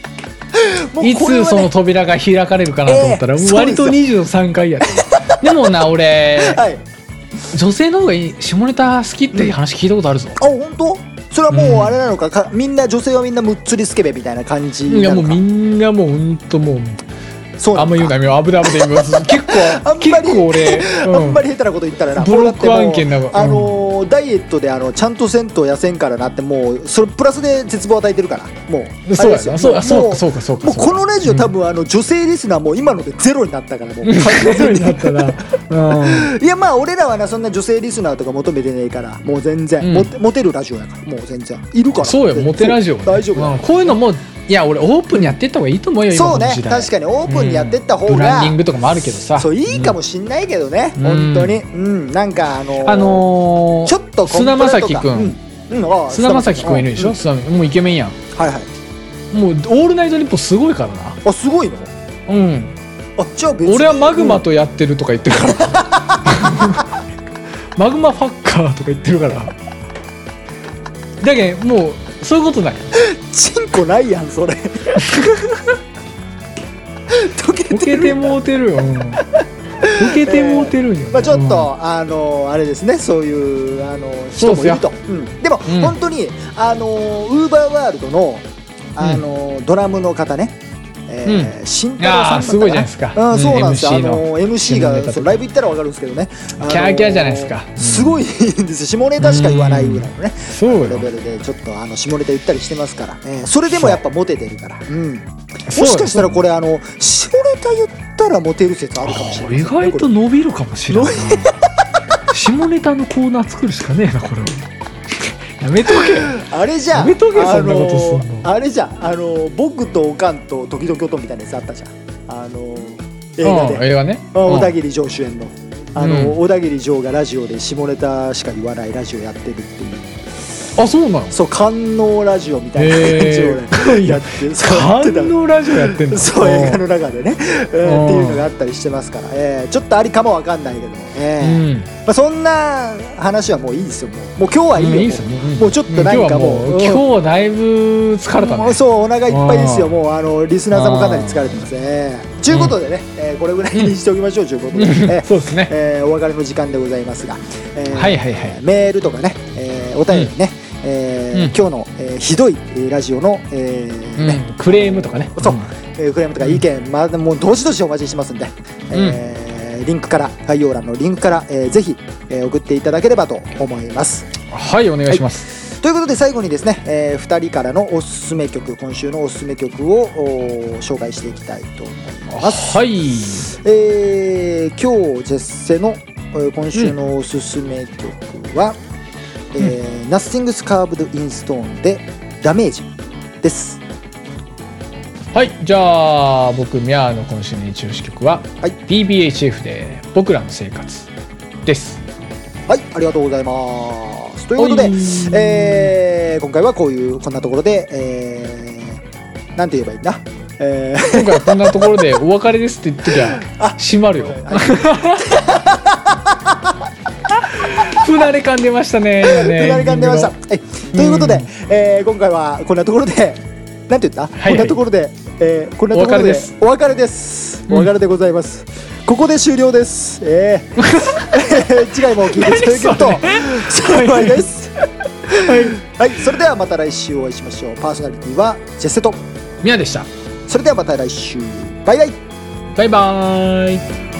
Speaker 2: もう
Speaker 1: い
Speaker 2: これは
Speaker 1: つ
Speaker 2: ね
Speaker 1: その扉が開かれるかなと思ったら、
Speaker 2: ええそうで
Speaker 1: 割
Speaker 2: すよ
Speaker 1: と23回やった でもな、俺、
Speaker 2: はい、
Speaker 1: 女性の方がいい下ネタ好きっていう話聞いたことあるぞ、
Speaker 2: あ本当それはも
Speaker 1: う
Speaker 2: うんあれなのか,、かみんな女性はみんなむっつりスケベみたいな感じ
Speaker 1: いや
Speaker 2: な
Speaker 1: も
Speaker 2: の
Speaker 1: う
Speaker 2: か
Speaker 1: みんなもうほんともう
Speaker 2: そう
Speaker 1: あ
Speaker 2: なんの
Speaker 1: ま
Speaker 2: か
Speaker 1: 言うなよ危ない危ない今結
Speaker 2: あ
Speaker 1: 構
Speaker 2: んまり
Speaker 1: 結構俺、うん
Speaker 2: あんまり下手なこと言ったらな
Speaker 1: ブロック
Speaker 2: もうだってもう
Speaker 1: 案件だわうん
Speaker 2: あのーダイエットであのちゃんとせんと痩せんからなってもうそれプラスで絶望与えてるからもう
Speaker 1: そう
Speaker 2: あれで
Speaker 1: や
Speaker 2: すよ
Speaker 1: なそう
Speaker 2: も
Speaker 1: あそう
Speaker 2: も
Speaker 1: かそうかそうか
Speaker 2: もう
Speaker 1: そう
Speaker 2: こ
Speaker 1: か
Speaker 2: のラジオ多分あの女性リスナーもう今のでゼロになったからもう完全
Speaker 1: に
Speaker 2: に
Speaker 1: なったな、うん、
Speaker 2: いやまあ俺らはなそんな女性リスナーとか求めてねえからもう全然、
Speaker 1: うん
Speaker 2: モテモテるラジオやからもう全然いるから
Speaker 1: そうよモテラジオ、
Speaker 2: そう大丈夫だ
Speaker 1: うんこういうのもいや俺オープンにやっていった方がいいと思うよ今
Speaker 2: そう
Speaker 1: の
Speaker 2: ね
Speaker 1: 時代
Speaker 2: 確かにオープンにやってった方
Speaker 1: ブラン
Speaker 2: が、
Speaker 1: ディングとかもあるけどさ
Speaker 2: そういいかもしんないけどね、
Speaker 1: うん
Speaker 2: 本当にうんなんかあのー
Speaker 1: あのー、
Speaker 2: ちょっとコンプラ
Speaker 1: 菅
Speaker 2: とか
Speaker 1: 田将暉君
Speaker 2: うんうんああ
Speaker 1: 菅田将暉君いるでしょ
Speaker 2: うん
Speaker 1: 菅田もうイケメンやん
Speaker 2: はいはい
Speaker 1: もう「オールナイトニッポン」すごいからな
Speaker 2: あすごいの
Speaker 1: うん
Speaker 2: あじゃあ別に
Speaker 1: 俺はマグマとやってるとか言ってるから マグマファッカーとか言ってるからだけどもうそういうことだよ
Speaker 2: うんチンコないやん それ溶け
Speaker 1: 受
Speaker 2: て
Speaker 1: け
Speaker 2: る
Speaker 1: てもうてるよ、うん、受けてもうてるんよ、
Speaker 2: まあちょっと、あのあれですねそういうあの人もいるとうんでも、
Speaker 1: うん
Speaker 2: 本当にあのウーバーワールドのあの、ドラムの方ね、えー慎
Speaker 1: うん、
Speaker 2: 太郎さんだ
Speaker 1: あ
Speaker 2: っ
Speaker 1: あ
Speaker 2: た
Speaker 1: す
Speaker 2: か
Speaker 1: ごいじゃ
Speaker 2: な
Speaker 1: ないですか、
Speaker 2: うん、そうなんですよ。あ
Speaker 1: MC の
Speaker 2: の MC
Speaker 1: 自分のネタ
Speaker 2: が
Speaker 1: と
Speaker 2: そうライブ行ったらわかるんですけどね。あの
Speaker 1: キャーキャーじゃないですかうん
Speaker 2: すごいんですよ。下ネタしか言わないぐらいのね、
Speaker 1: そうよ
Speaker 2: レベルでちょっとあの下ネタ言ったりしてますから。えーそれでもやっぱモテてるから。うん。も
Speaker 1: そうよ
Speaker 2: しかしたらこれあの下ネタ言ったらモテる説あるかもしれない
Speaker 1: 意
Speaker 2: ですね、
Speaker 1: 外と伸びるかもしれないな 下ネタのコーナー作るしかねえなこれは やめとけよ
Speaker 2: これあれじゃ
Speaker 1: や
Speaker 2: あ
Speaker 1: めとけよ
Speaker 2: あ
Speaker 1: そんなことすんの
Speaker 2: ーあれじゃああの僕とおかんと時々おとんみたいなやつあったじゃん。あの映画で
Speaker 1: うん、。映画ね
Speaker 2: あ
Speaker 1: うん
Speaker 2: 小田切城主演のあの、
Speaker 1: うん
Speaker 2: 小田切城がラジオで下ネタしか言わないラジオやってるっていう
Speaker 1: あそうなの
Speaker 2: そう官能ラジオみたいな感じをね、
Speaker 1: へー
Speaker 2: やってるそうやってた
Speaker 1: 感動ラジオやってんの
Speaker 2: そう
Speaker 1: うん
Speaker 2: 映画の中でね、えーって
Speaker 1: うん
Speaker 2: いうのがあったりしてますから、えーちょっとありかもわかんないけど、え
Speaker 1: うん
Speaker 2: ーまあ、そんな話はもういいですよもうもう今日はいいよ、
Speaker 1: うんいいっ
Speaker 2: もう
Speaker 1: すねうん
Speaker 2: もうちょっとなんかもう
Speaker 1: 今日はもう今日だいぶ疲れた
Speaker 2: も
Speaker 1: ね
Speaker 2: うそうお腹いっぱいですよ
Speaker 1: うん
Speaker 2: もうあのリスナーさんもかなり疲れてますねということでね、えーこれぐらいにしておきましょうということで、えー
Speaker 1: そうですね
Speaker 2: えーお別れの時間でございますが、えー
Speaker 1: はいはいはい
Speaker 2: メールとかね、えーお便りね、え
Speaker 1: う
Speaker 2: ー
Speaker 1: ん
Speaker 2: 今日の、えーひどいえーラジオの、えー
Speaker 1: う
Speaker 2: ね
Speaker 1: んクレームとかね
Speaker 2: そう、
Speaker 1: ん
Speaker 2: えークレームとか意見、まあ、もうどしどしお待ちしてますんで、えーリンクから概要欄のリンクから、えーぜひ、えー送っていただければと思います
Speaker 1: はいお願いします
Speaker 2: ということで最後にですね、え2人からのおすすめ曲今週のおすすめ曲をお紹介していきたいと思います
Speaker 1: はい
Speaker 2: えー今日ジェッセの、えー今週のおすすめ曲は「えー Nothing's Carved in Stone」で「ダメージ」です
Speaker 1: はいじゃあ僕ミャーの今週の一押し曲は
Speaker 2: はい
Speaker 1: BBHF で「僕らの生活」です
Speaker 2: はいありがとうございますということで
Speaker 1: おい、
Speaker 2: えー今回はこういうこんなところで、えーなんて言えばいいんだ、えー
Speaker 1: 今回はこんなところでお別れですって言ってきゃ
Speaker 2: あ
Speaker 1: 閉まるよ
Speaker 2: はい
Speaker 1: 不慣れ感出ましたね今ね
Speaker 2: 手軽感出ました。
Speaker 1: エン
Speaker 2: はい、ということで、えー今回はこんなところで、 なんて言った、
Speaker 1: はい
Speaker 2: こんなところで、えーこんなとこ
Speaker 1: お別
Speaker 2: ろ
Speaker 1: れ
Speaker 2: で
Speaker 1: です
Speaker 2: お別れです。
Speaker 1: うん
Speaker 2: お別れでございます。ここで終了です。え ー、次回も聞いていただけると幸いです。
Speaker 1: ディングのはい
Speaker 2: はい、それではまた来週お会いしましょう。パーソナリティはジェステと。
Speaker 1: ミヤでした
Speaker 2: それではまた来週。バイバイ。
Speaker 1: バイバーイ